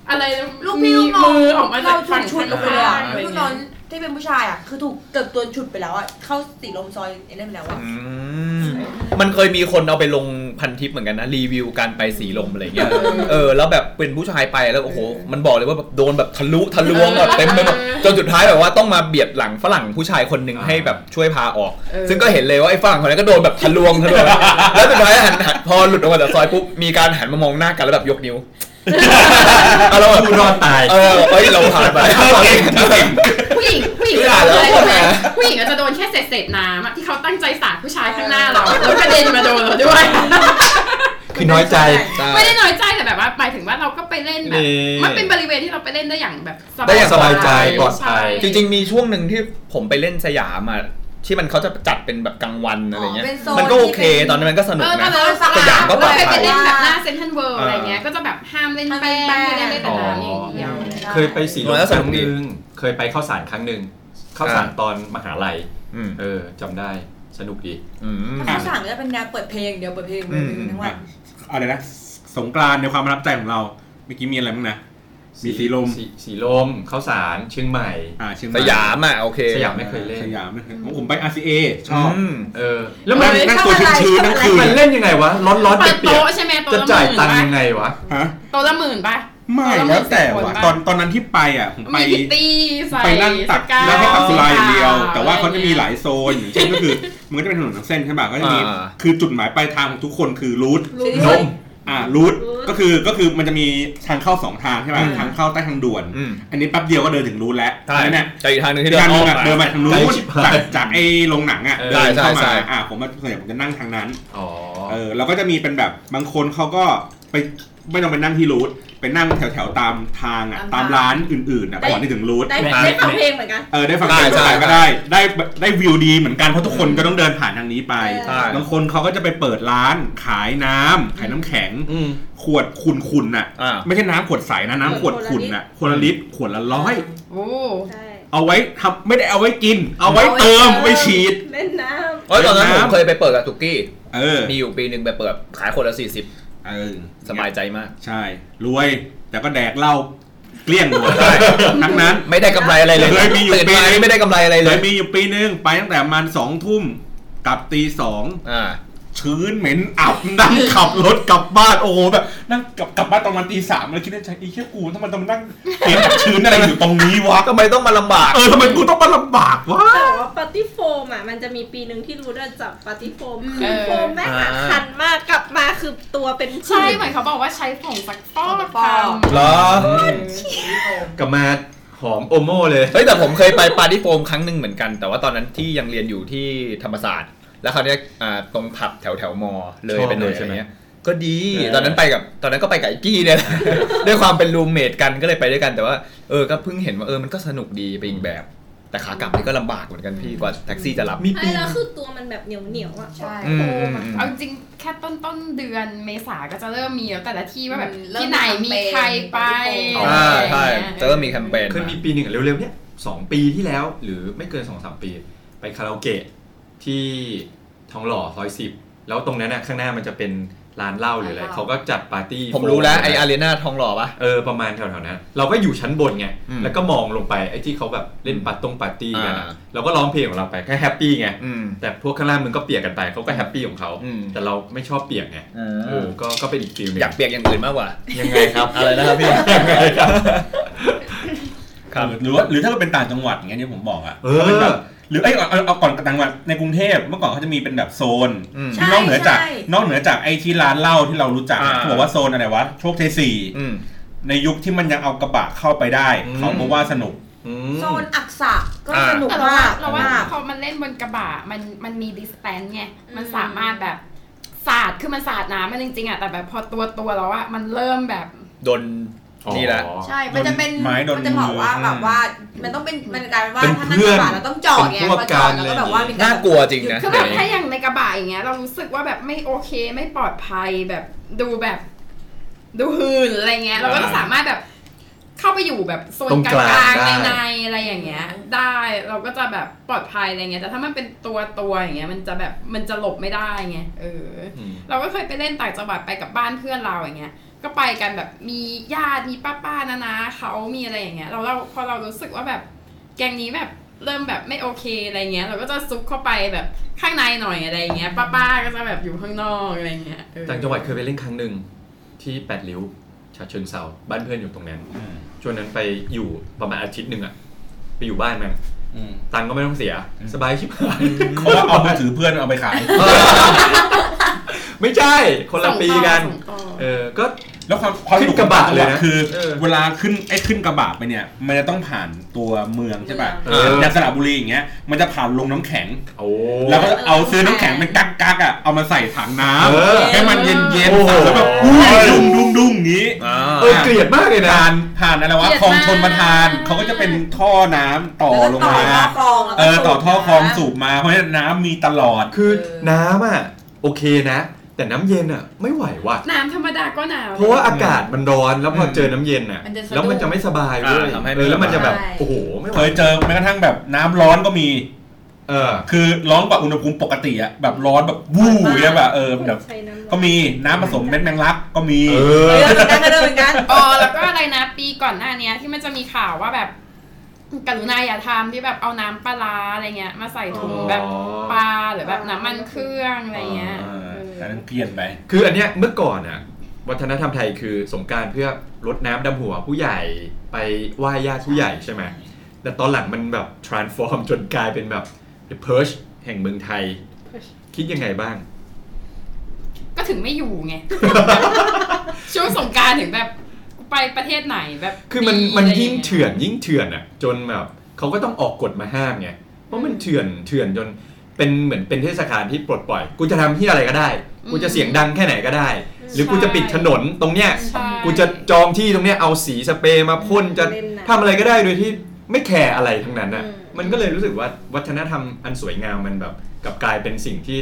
Speaker 4: อะไร
Speaker 7: ลูกพี่ลูกน้อง
Speaker 4: มือออกมาจา
Speaker 7: เรา
Speaker 4: ก
Speaker 7: ถู
Speaker 4: ฝั่
Speaker 7: ก
Speaker 4: ง
Speaker 7: ชุด
Speaker 4: ทาง
Speaker 7: ลงไปเลยอะ
Speaker 4: ะไร
Speaker 7: ลูก
Speaker 4: เงี้
Speaker 7: น้อย งที่เป็นผู้ชายอ่ะ คือถูกเกือบตัวฉุดไปแล้วอ่ะ เข้าสีลมซอยไอ้นั่นไปแล้วอ่ะ
Speaker 1: อืมมันเคยมีคนเอาไปลงพันทิปเหมือนกันนะ รีวิวการไปสีลมอะไรเงี้ยเออแล้วแบบเป็นผู้ชายไปแล้วโอ้โห มันบอกเลยว่าแบบโดนแบบทะลุทะลวงแบบเต็มไปหมดจนสุดท้ายแบบว่าต้องมาเบียดหลังฝรั่งผู้ชายคนหนึ่งให้แบบช่วยพาออก
Speaker 4: เออ
Speaker 1: ซึ่งก็เห็นเลยว่าไอ้ฝรั่งคนนั้นก็โดนแบบทะลวงทะลวงแล้วสุดท้ายหันหันพอหลุดออกมาจากซอยปุ๊บมีการหันมามองหน้ากันแล้วแบบยกนิ้วเอาเรา
Speaker 2: ผู้รอดตาย
Speaker 1: เออเอ้ยเราผ่านไป
Speaker 4: ผู้หญิงผู้หญิง
Speaker 1: ไม่อ่านแล้ว
Speaker 4: จะโดนอะไร
Speaker 1: อ่ะ
Speaker 4: ผู้หญิงอาจจะโดนแค่เศษเศษๆน้ำอะที่เขาตั้งใจสาดผู้ชายข้างหน้าเราแล้วกระเด็นมาโดนเราด้วย
Speaker 2: คือน้อยใจ
Speaker 4: ไม่ได้น้อยใจแต่แบบว่าหมายถึงว่าเราก็ไปเล่นแบบ
Speaker 2: นี่
Speaker 4: มันเป็นบริเวณที่เราไปเล่นได้อย่างแบบ
Speaker 1: ได้อย่าง
Speaker 2: สบายใจปลอดภัย
Speaker 1: จริงๆ มีช่วงหนึ่งที่ผมไปเล่นสยามอ่ะที่มันเขาจะจัดเป็นแบบกลางวันอะไรเงี้ย
Speaker 7: อ๋อเป็นโซน
Speaker 1: มันก็โอเค
Speaker 7: ที่เป็น
Speaker 1: ตอนนั้นมันก็สนุ
Speaker 4: เอก อ
Speaker 1: นะ
Speaker 4: ตอนนั้นเรา
Speaker 1: สยามก็ปลอดภัย
Speaker 4: เราเคยไปเล่นแบบหน้าเซ็นทรัลเวิลด์อะไรเงี้ยก็จะแบบห้ามเล่นแป้ง
Speaker 7: ห้าม
Speaker 4: ไม่
Speaker 7: เล่
Speaker 4: ได้
Speaker 7: นแป้ง
Speaker 4: เล่นแต่น้ำอย่างเดียว
Speaker 2: เคยไปสีลม
Speaker 1: น้อยแล้ว
Speaker 2: ค
Speaker 1: ส
Speaker 2: รั้
Speaker 1: นุ
Speaker 2: ง
Speaker 1: ก
Speaker 2: ห
Speaker 1: ดี
Speaker 2: นึ่งเคยไปเข้าวสารครั้งหนึ่งเข้าวสารตอนมหาลัย
Speaker 1: อืม
Speaker 2: เออจำได้สนุกดี
Speaker 1: อืม
Speaker 7: ถ้าสั่งก็จะเป็นแนวเปิดเพลงเดียวเปิดเพลงเปิดเพลงทั้งวัน
Speaker 3: อะไรนะสงกรานต์ในความประทับใจของเราเมื่อกี้มีอะไรบ้างนะ มีสีลม
Speaker 2: สีลมข้าวสารเชียงใหม่
Speaker 3: อ่าเชียงให
Speaker 1: สยามอ่ะโอเค
Speaker 2: สยามไม่เคยเล่น
Speaker 3: สยามนะครับของผมไป RCA ช
Speaker 1: อื
Speaker 3: อบ
Speaker 1: ม
Speaker 2: เออ
Speaker 3: แล้วมันนั่งตัวชื้นๆทั้งคืน
Speaker 2: มันเล่นยังไงวะ ร้อนร้อนๆ
Speaker 4: เปิด
Speaker 2: เปียก
Speaker 4: โต๊ะใช่ไหม
Speaker 2: ๆ
Speaker 4: โต๊ะ
Speaker 2: จะ
Speaker 4: ละห
Speaker 2: จ่าย
Speaker 4: มื่น
Speaker 2: ตังค์
Speaker 4: ป่ะ
Speaker 2: ยังไงวะ
Speaker 3: ฮะ
Speaker 4: โต๊ะละหมื่นป่ะ
Speaker 3: ไม่
Speaker 4: เราไม่
Speaker 3: แล้วแต่ว่ะ
Speaker 4: เสียคนปะ
Speaker 3: ตอนตอนนั้นที่ไปอ่ะผมไป
Speaker 4: มีพิตตี้ใส่
Speaker 3: ไปนั่งตัก
Speaker 4: สา
Speaker 3: แล้วให้ตักสุราอย่างเดียว
Speaker 4: ส
Speaker 3: แต่ว่าเขาจะมีหลา
Speaker 4: อย
Speaker 3: โซนอย่างเช่นก็คือมันก็จะเป็นถนนทั้งเส้นใช่ป่ะก็จะมี
Speaker 1: อ่า
Speaker 3: คือจุดหมายปลายทางของทุกคนคือรูท
Speaker 7: รู้
Speaker 2: นม
Speaker 3: อ่ารูทก็คือก็คือมันจะมีทางเข้าสองทางใช่ป่ะทางเข้าใต้ทางด่วน
Speaker 1: อืม
Speaker 3: อันนี้แป๊บเดียวก็เดินถึงรูทแล้ว
Speaker 1: ใช่
Speaker 3: อันนั้นเนี่ย
Speaker 1: แต่อีกทางหนึ่งที่
Speaker 3: ที่
Speaker 1: เดิน
Speaker 3: การ
Speaker 1: อ้
Speaker 3: เดิ
Speaker 1: อน ม
Speaker 3: แบบ
Speaker 1: มา
Speaker 3: เดินมาทางนู้น
Speaker 2: ไกลชิบหาย
Speaker 3: จากจากไอ้โรงหนังอ่ะ
Speaker 2: เออ
Speaker 3: เดินเข้า
Speaker 1: ใช่ใช่
Speaker 3: มาอ่ะผมมาส่วนใหญ่ผมจะนั่งทางนั้น
Speaker 2: อ๋อ
Speaker 3: เออแล้วก็จะมีเป็นแบบบางคนเขาก็ไปไม่ต้องไปนั่งที่รูท ไปนั่งแถวๆตามทางอ่ะ
Speaker 4: ตา
Speaker 3: ตาม ม
Speaker 4: ร้า
Speaker 3: ร้าน นอื่นๆอ่ะก่อนที่ถึงรูท
Speaker 6: ได้ได้ฟังเพลงเหมือนกัน
Speaker 3: เออได้ฟังเพลง
Speaker 1: ใช่
Speaker 3: ไปก็
Speaker 1: ใช่
Speaker 3: ได้ได้ได้วิวดีเหมือนกันเพราะทุกคนก็ต้องเดินผ่านทางนี้ไป
Speaker 1: ใช่
Speaker 3: บางคนเขาก็จะไปเปิดร้านขายน้ำขายน้ำแข็ง
Speaker 1: อืม
Speaker 3: ขวดขุนขุนน่ะ
Speaker 1: อ่า
Speaker 3: ไม่ใช่น้ำขวดใสนะน้ำขวดขุนน่ะขวดละลิตรขวดละร้อย
Speaker 4: โอ้
Speaker 6: ใช่
Speaker 3: เอาไว้ทำไม่ได้เอาไว้กิน เอาไว้เติมไว้ฉีด
Speaker 6: เล่นน้
Speaker 1: เอ้ยตอนนั้นผม
Speaker 3: น้ำ
Speaker 1: เคยไปเปิดกับตุกกี้
Speaker 3: เออ
Speaker 1: มีอยู่ปีหนึ่งไปเปิดขายคนละสี่สิบ
Speaker 3: เออ
Speaker 1: สบายใจมาก
Speaker 3: ใช่ รวย แต่ก็แดกเหล้าเกลี้ยงหมดได้ทั้งนั้น
Speaker 1: ไม่ได้กำไรอะไรเลย
Speaker 3: เคยมีอยู่
Speaker 1: ตื่น
Speaker 3: ปี
Speaker 1: มา
Speaker 3: นึง
Speaker 1: นี่ไม่ได้กำไรอะไร
Speaker 3: เล
Speaker 1: เลย
Speaker 3: ยมีอยู่ปีนึงไปตั้งแต่ประมันสองทุ่มกลับตีสอง
Speaker 1: อ่า
Speaker 3: ชื้นเหม็นอับนั่งขับรถกลับบ้านโอ้โหแบบนั่งกลับกลับบ้านตอนประมันตีสามแล้วคิดในใจไอ้แค่กูทำไมต้องมานั่งเห็นชื้นอะไรอยู่ตรงนี้วะ
Speaker 1: ทำไมต้องมาลำบาก
Speaker 3: เออทำไมกูต้องมาลำบากวะ
Speaker 6: ำแต่ว่าปาร์ตี้โฟมอ่ะ มันจะมีปีหนึ่งที่รู้ได้จับปาร์ตี้โฟมคือโฟมแม่งอะ
Speaker 1: อ่า
Speaker 6: คันมากกลับมาคือตัวเป็น
Speaker 4: ใช่เหมือนเขาบอกว่าใช้ผงซักฟอกทำ
Speaker 1: เหรอ
Speaker 2: กลับมาหอมโอโม่เลย
Speaker 1: เฮ้ยแต่ผมเคยไปปาร์ตี้โฟมครั้งหนึ่งเหมือนกัน แต่ว่าตอนนั้นที่ยังเรียนอยู่ที่ธรรมศาสตร์ แล้วคราวเนี้ยอ่าตรงผับแถวแถวมอเลย
Speaker 2: ชอบ
Speaker 1: ไปหน่อย
Speaker 2: เลยใช่
Speaker 1: อะ
Speaker 2: ไห
Speaker 1: ไร
Speaker 2: ม
Speaker 1: เงี้ยก็ดี
Speaker 2: เออ
Speaker 1: ตอนนั้นไปกับตอนนั้นก็ไปกับไอ้กี้เนี่ยแหละ ด้วยความเป็นรูมเมทกันก็เลยไปด้วยกันแต่ว่าเออก็เพิ่งเห็นว่าเออมันก็สนุกดีไปอีกแบบ แต่ขากลับนี่ก็ลำบากเหมือนกันพี่กว่าแท็กซี่จะรับ
Speaker 2: มี
Speaker 6: ไอ้
Speaker 2: ปี
Speaker 6: แล้วคือตัวมันแบบเหนียวเหนียวๆอ่ะ
Speaker 7: ใช่
Speaker 1: อืม
Speaker 6: โอ้
Speaker 1: อืม
Speaker 4: เอาจริงแค่ต้นต้นเดือนเมษาก็จะเริ่มมีแล้วแต่ละที่ว่าแบบ
Speaker 7: อืมเริ่ม
Speaker 4: ที่ไหนมีใครไป
Speaker 7: มีแคมเปญ
Speaker 1: อ่า
Speaker 4: อะไร
Speaker 1: ใช่
Speaker 4: อย่างเงี้ย
Speaker 1: จะเริ่มมีแคมเปญ
Speaker 2: เคยมีปีหนึ่งอะเร็วๆเนี้ยสองปีที่แล้ว หรือไม่เกินสองสามปี ไปคาราโอเกะที่ทองหล่อร้อยสิบแล้วตรงนั้นน่ะข้างหน้ามันจะเป็นร้านเหล้าหรืออะไรเขาก็จัดปาร์ตี้
Speaker 1: ผมรู้แล้วไออารีนาทองหล่อปะ
Speaker 2: เออประมาณแถวๆนั้น เราก็อยู่ชั้นบนไง
Speaker 1: อืม
Speaker 2: แล้วก็มองลงไปไอ้ที่เขาแบบเล่นปาร์ตงปาร์ตี้กันอะ
Speaker 1: อ่า
Speaker 2: เราก็ร้องเพลงของเราไปแค่แฮปปี้ไง
Speaker 1: อืม
Speaker 2: แต่พวกข้างล่างมึงก็เปียกกันไปเขาก็แฮปปี้ของเขา
Speaker 1: อืม
Speaker 2: แต่เราไม่ชอบเปียกไงเออก็ก็เป็นอีกฟิลหนึง
Speaker 1: อยากเปลี่ยนอย่างอื่นมากกว่า
Speaker 2: ยังไงครับ
Speaker 1: อะไรนะครับพี่
Speaker 2: ยังไงครับ
Speaker 1: ครับ
Speaker 3: หรือว่าหรือถ้าเกิดเป็นต่างจังหวัดอย่างเงี้ยที่ผมบอกอ่ะ
Speaker 2: เออ
Speaker 3: เป็นแบบหรือไอ้ยเอาเอาเอาก่อนต่างจังหวัดในกรุงเทพเมื่อก่อนเขาจะมีเป็นแบบโซน
Speaker 1: อืม
Speaker 3: นอกเหนือจาก
Speaker 7: ใช่
Speaker 3: นอกเหนือจากไอ้ที่ร้านเหล้าที่เรารู้จักอะ
Speaker 1: อ่า
Speaker 3: เขาบอกว่าโซนอะไรวะโชคชัยสี่
Speaker 1: อืม
Speaker 3: ในยุคที่มันยังเอากระบะเข้าไปได้
Speaker 2: อืม
Speaker 3: เขาก็ว่าสนุก
Speaker 2: อืม
Speaker 7: โซนอักษะก็
Speaker 1: อ่า
Speaker 7: สนุก
Speaker 4: แต่เราว่าม
Speaker 7: าก
Speaker 4: เราว่าม
Speaker 7: าก
Speaker 4: พอมันเล่นบนกระบะมันมันมีดิสแตนไง
Speaker 7: อืม
Speaker 4: มันสามารถแบบสาดคือมันสาดน้ำมันจริงๆอ่ะแต่แบบพอตัวตัวเราอะมันเริ่มแบบ
Speaker 1: โดนนี่แหละ
Speaker 2: อ๋อ
Speaker 7: ใช่ มันจะเป็น
Speaker 3: โดนไม้โดน
Speaker 7: มัจะบอกว่า
Speaker 1: มือ
Speaker 7: แบบว่า มันต้องเป็น มันกลายเป็นว่า
Speaker 2: เป็น
Speaker 7: ถ้านั่ง
Speaker 2: เพื่
Speaker 7: ก
Speaker 2: อน
Speaker 7: ระบะเราต้องจอดไง
Speaker 2: เป็นพ
Speaker 7: พ
Speaker 2: วก
Speaker 7: อจอด
Speaker 2: กัน
Speaker 7: แล้วก็แบบว่ามี
Speaker 1: น่ากลัวจริงนะ
Speaker 4: คือแบบ
Speaker 1: เดี๋ยว
Speaker 4: ถ้า
Speaker 1: นี้
Speaker 4: อย่างในกระบะอย่างเงี้ยเรารู้สึกว่าแบบไม่โอเคไม่ปลอดภัยแบบดูแบบ ดูหื่นอะไรเงี้ย เราก็จะสามารถแบบเข้าไปอยู่แบบโซน
Speaker 2: ตรง
Speaker 4: ก
Speaker 2: กลาง
Speaker 4: ลางๆ
Speaker 2: ได้
Speaker 4: ในในๆอะไรอย่างเงี้ย ได้เราก็จะแบบปลอดภัยอะไรเงี้ยแต่ถ้ามันเป็นตัวตัวๆอย่างเงี้ย มันจะแบบมันจะหลบไม่ได้ไงเออ
Speaker 2: อืม
Speaker 4: เราก็เคยไปเล่นต่างจังหวัดไปกับบ้านเพื่อนเราอย่างเงี้ย ก็ไปกันแบบมีญาติมีป้าป้านานาเขามีอะไรอย่างเงี้ย เราเราพอเรารู้สึกว่าแบบแกงนี้แบบเริ่มแบบไม่โอเคอะไรเงี้ย เราก็จะซุกเข้าไปแบบข้างในหน่อยอะไรเงี้ย ป้าป้าก็จะแบบอยู่ข้างนอกอะไรเงี้ยเออ
Speaker 2: ต่างจังหวัดเคยไปเล่นครั้งหนึ่งที่แปดริ้วฉะเชิงเซาบ้านเพื่อนอยู่ตรงนั้น
Speaker 3: อืม
Speaker 2: ช่วงนั้นไปอยู่ประมาณอาทิตย์หนึ่งอะไปอยู่บ้านมัน
Speaker 3: อืม
Speaker 2: ตังค์ก็ไม่ต้องเสีย สบายชิบหาย
Speaker 3: เพราะว่าเอามือถือเพื่อนเอาไปขาย
Speaker 2: ไม่ใช่ คนละปีกัน
Speaker 4: ส่งต่อส่ง
Speaker 2: เอ
Speaker 4: ต่อ
Speaker 2: อ ก็
Speaker 3: แล้วความความ
Speaker 2: ขึ้นกระบะเลยนะ
Speaker 3: คือ
Speaker 2: เออ
Speaker 3: เวลาขึ้นไอ้ขึ้นกระบะไปเนี่ย มันจะต้องผ่านตัวเมืองใช่ป่ะ
Speaker 2: เออ
Speaker 3: อย่างสระบุรีอย่างเงี้ยมันจะผ่านลงน้ำแข็ง
Speaker 2: โอ้
Speaker 3: แล้วก็เอาซื้อน้ำแข็งเป็นกักกักๆอ่ะเอามาใส่ถังน้
Speaker 2: เออ
Speaker 3: ำให้มันเย็นเย็น
Speaker 2: โอ้โห
Speaker 3: ๆแล้วแบบอุ้ยดุ้งดุ้งดุ้งอย่างงี้
Speaker 1: อ่า
Speaker 2: เออเกลียดมากเลยนะ
Speaker 3: ผ่านผ่านอะไรวะคลองชนประทาน เขาก็จะเป็นท่อน้ำต่อลงมา
Speaker 7: แล้วก็ต่อท่อคลองแล้วก็
Speaker 3: เออต่อท่อคลองสู
Speaker 7: ง
Speaker 3: บมาเพราะฉะนั้นน้ำมีตลอด
Speaker 2: คือน้ำอ่ะ โอเคนะ แต่น้ำเย็นอ่ะ ไม่ไหวว่ะ
Speaker 4: น้ำธรรมดาก็หนาว
Speaker 2: เพราะว่าอากาศมันร้อนแล้วพอเจอน้ำเย็นอ่ะ
Speaker 7: มันจะสะดุ้ง
Speaker 2: แล้วมันจะไม่สบายด้วย
Speaker 1: อ่าทำให้ไม่
Speaker 2: เออแล้วมันจะแบบ
Speaker 7: สบาย
Speaker 2: โอ้โหไม่ไหว
Speaker 3: เคยเจอแม้กระทั่งแบบน้ำร้อนก็มี
Speaker 2: เออ
Speaker 3: คือร้อนกว่าอุณหภูมิปกติอะแบบร้อนแบบวู้อย่างเงี้ยแบบเออแบบ
Speaker 6: ใช้น้ำร้อน
Speaker 3: ก็มีน้ำผสมเม็ดแมงลักก็มี
Speaker 2: เอ
Speaker 7: เอ
Speaker 2: อ
Speaker 7: อเหมือนกันก็เลยเหมือนกัน
Speaker 4: อ๋อแล้วก็อะไรนะปีก่อนหน้าเนี้ยที่มันจะมีข่าวว่าแบบกรุณาอย่าทำที่แบบเอาน้ำปลาร้าอะไรเงี้ย มาใส่ถุงแบบ
Speaker 2: อ๋อ
Speaker 4: ปลาหรือแบบน้ำมันเครื่องอะไรเงี้ย
Speaker 3: อ่า
Speaker 4: เออ
Speaker 3: แต่นั้นเกลียดไป
Speaker 2: คืออันเนี้ยเมื่อก่อนอะวัฒนธรรมไทยคือสงกรารเพื่อรดน้ำดำหัวผู้ใหญ่ไปไหว้ญาติผู้ใหญ่ใช่ไหมแต่ตอนหลังมันแบบ transform จนกลายเป็นแบบ the purge แห่งเมืองไทย คิดยังไงบ้าง
Speaker 4: ก็ถึงไม่อยู่ ไง ช่วงสงกรารถึงแบบกูไปประเทศไหนแบบ
Speaker 2: คือมัน
Speaker 4: ดีะไร
Speaker 2: มันยิ่ง
Speaker 4: า
Speaker 2: เถื่อนยิ่งเถื่อนอะจนแบบเขาก็ต้องออกกฎมาห้ามไงเพราะมันเถื่อนเถื่อนจนเป็นเหมือนเป็นเทศกาลที่ปลดปล่อย กูจะทำที่อะไรก็ได้ กูจะเสียงดังแค่ไหนก็ได้
Speaker 6: อื
Speaker 2: หรือกูจะปิดถนนตรงเนี้ย
Speaker 4: ใช่
Speaker 2: กูจะจองที่ตรงเนี้ยเอาสีสเปรย์มาพ่นจะ
Speaker 6: เล่นน่ะ
Speaker 2: ทำอะไรก็ได้โดยที่ไม่แคร์อะไรทั้งนั้นน่ะ
Speaker 6: อืม
Speaker 2: มันก็เลยรู้สึกว่าวัฒนธรรมอันสวยงามมันแบบกลับกลายเป็นสิ่งที่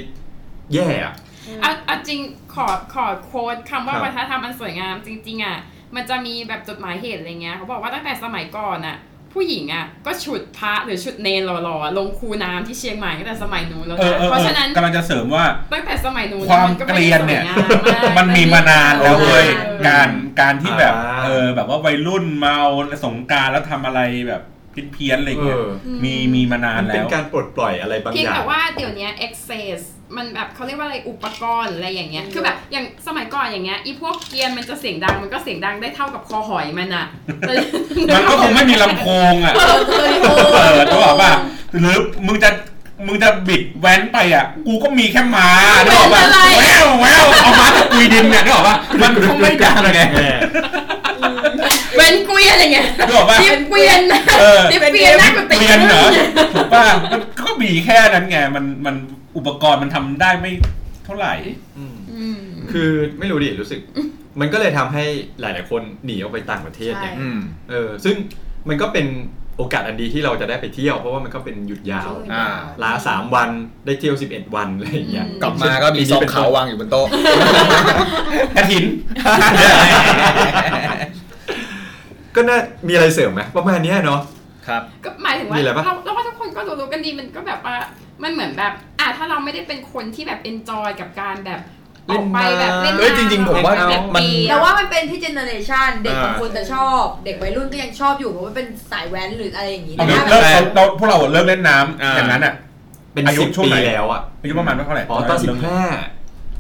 Speaker 2: แย่อะ
Speaker 4: เอาเอาจริงขอขอโค้ดคำว่า
Speaker 2: ครับ
Speaker 4: วัฒนธรรมอันสวยงามจริง ๆ อ่ะ มันจะมีแบบจดหมายเหตุอะไรเงี้ยเขาบอกว่าตั้งแต่สมัยก่อนอ่ะ ผู้หญิงอ่ะ ก็ฉุดพระหรือฉุดเนรหล่อๆ ลงคูน้ำที่เชียงใหม่ตั้งแต่สมัยนู้นแล้ว
Speaker 3: เออ
Speaker 4: นะ
Speaker 3: เออ
Speaker 4: เพราะฉะนั้น
Speaker 3: กำลังจะเสริมว่า
Speaker 4: ตั้งแต่สมัยนู้น
Speaker 3: ความ
Speaker 4: น
Speaker 3: เกลียนเนี่ย
Speaker 4: ไม่ได้สวยงามาก
Speaker 3: มันมีมานานแล้วเว้ย
Speaker 4: ออ
Speaker 3: การการที่แบบ
Speaker 2: อ่า
Speaker 3: เออแบบว่าวัยรุ่นเมาสงกรารแล้วทำอะไรแบบเพี้ยนๆอะไร
Speaker 2: เอ
Speaker 3: เงี้ย
Speaker 2: อ
Speaker 3: มีมีมานาน
Speaker 2: มัน
Speaker 3: แล้
Speaker 2: เป็น
Speaker 3: ว
Speaker 2: การปลดปล่อยอะไรบาง
Speaker 4: เพียง
Speaker 2: อย่าง
Speaker 4: แต่ว่าเดี๋ยวเนี้ย access มันแบบเขาเรียกว่าอะไรอุปกรณ์อะไรอย่างเงี้ย
Speaker 6: อืม
Speaker 4: คือแบบอย่างสมัยก่อนอย่างเงี้ยอีพวกเกียนมันจะเสียงดังมันก็เสียงดังได้เท่ากับคอหอยมันอะ
Speaker 3: มันก็คงไม่มีลำโพงอ่ะ เปิดหรือเปล่าป่ะหรือมึงจะมึงจะบิดแว้นไปอ่ะ กูก็มีแค่หมานึกออกป่ะ
Speaker 4: แว้นอะไร
Speaker 3: แววแววเอาหมาตะกุยดินเนี่ยนึกออกป่ะมันก็ไม่ดังไง
Speaker 4: เว้นเกวียนอย่างเงี้ย
Speaker 3: นึกออกป่ะ
Speaker 4: ดิบเกวียน
Speaker 3: เออ
Speaker 4: ดิบเกวียนน่ากว่าตี
Speaker 3: เปลี่ยนเหรอถูกป่ะมันก็มีแค่นั้นไงมันมันอุปกรณ์มันทำได้ไม่เท่าไหร่
Speaker 4: อืม
Speaker 2: คือไม่รู้ดิรู้สึก มันก็เลยทำให้หลาย ๆ คนหนีออกไปต่างประเทศเนี่ย
Speaker 1: อืม
Speaker 2: เออซึ่งมันก็เป็นโอกาสอันดีที่เราจะได้ไปเที่ยว เพราะว่ามันก็เป็นหยุดยาว
Speaker 1: อ่า
Speaker 2: ลาสามวันได้เที่ยว 11 วันอะไรอย่างเงี้ย
Speaker 4: อืม
Speaker 1: กลับมาก็มีซองขาววางอยู่บนโต๊ะ
Speaker 3: กระถิน
Speaker 2: ก็น่ามีอะไรเสริมไหมประมาณเนี้ยเนาะ
Speaker 1: ครับ
Speaker 4: ก็หมายถึงว่า
Speaker 2: มีอะไรปะ
Speaker 4: เราเราว่าทุกคนก็รู้ๆกันดีมันก็แบบว่ามันเหมือนแบบอ่ะถ้าเราไม่ได้เป็นคนที่แบบ enjoy กับการแบบออกไปแบบเล่น
Speaker 1: เอ้ยจริงๆผมว่า
Speaker 4: ออกไปแบบ
Speaker 1: มัน
Speaker 4: เที่ย
Speaker 7: แต่ว่ามันเป็นที่เจเนอเรชันเด็กบาง
Speaker 1: อ่า
Speaker 7: คนจะชอบ เด็กวัยรุ่นก็ยังชอบอยู่เพราะว่าเป็นสายแว้นหรืออะไรอย่างนี้
Speaker 3: เอา
Speaker 7: นะ
Speaker 3: เลิก
Speaker 7: คะ
Speaker 3: เลิกเราเราพวกเราอะเลิกเล่นน้ำ
Speaker 1: อ่า
Speaker 3: อย่างนั้นอ่ะ
Speaker 2: เป็น
Speaker 3: อายุ
Speaker 2: สิบ
Speaker 3: ช่วง
Speaker 2: ปี
Speaker 3: ไหน
Speaker 2: แล้วอ่ะ
Speaker 3: อายุประมาณเท่าไหร่
Speaker 2: อ๋อตอนสิบห้า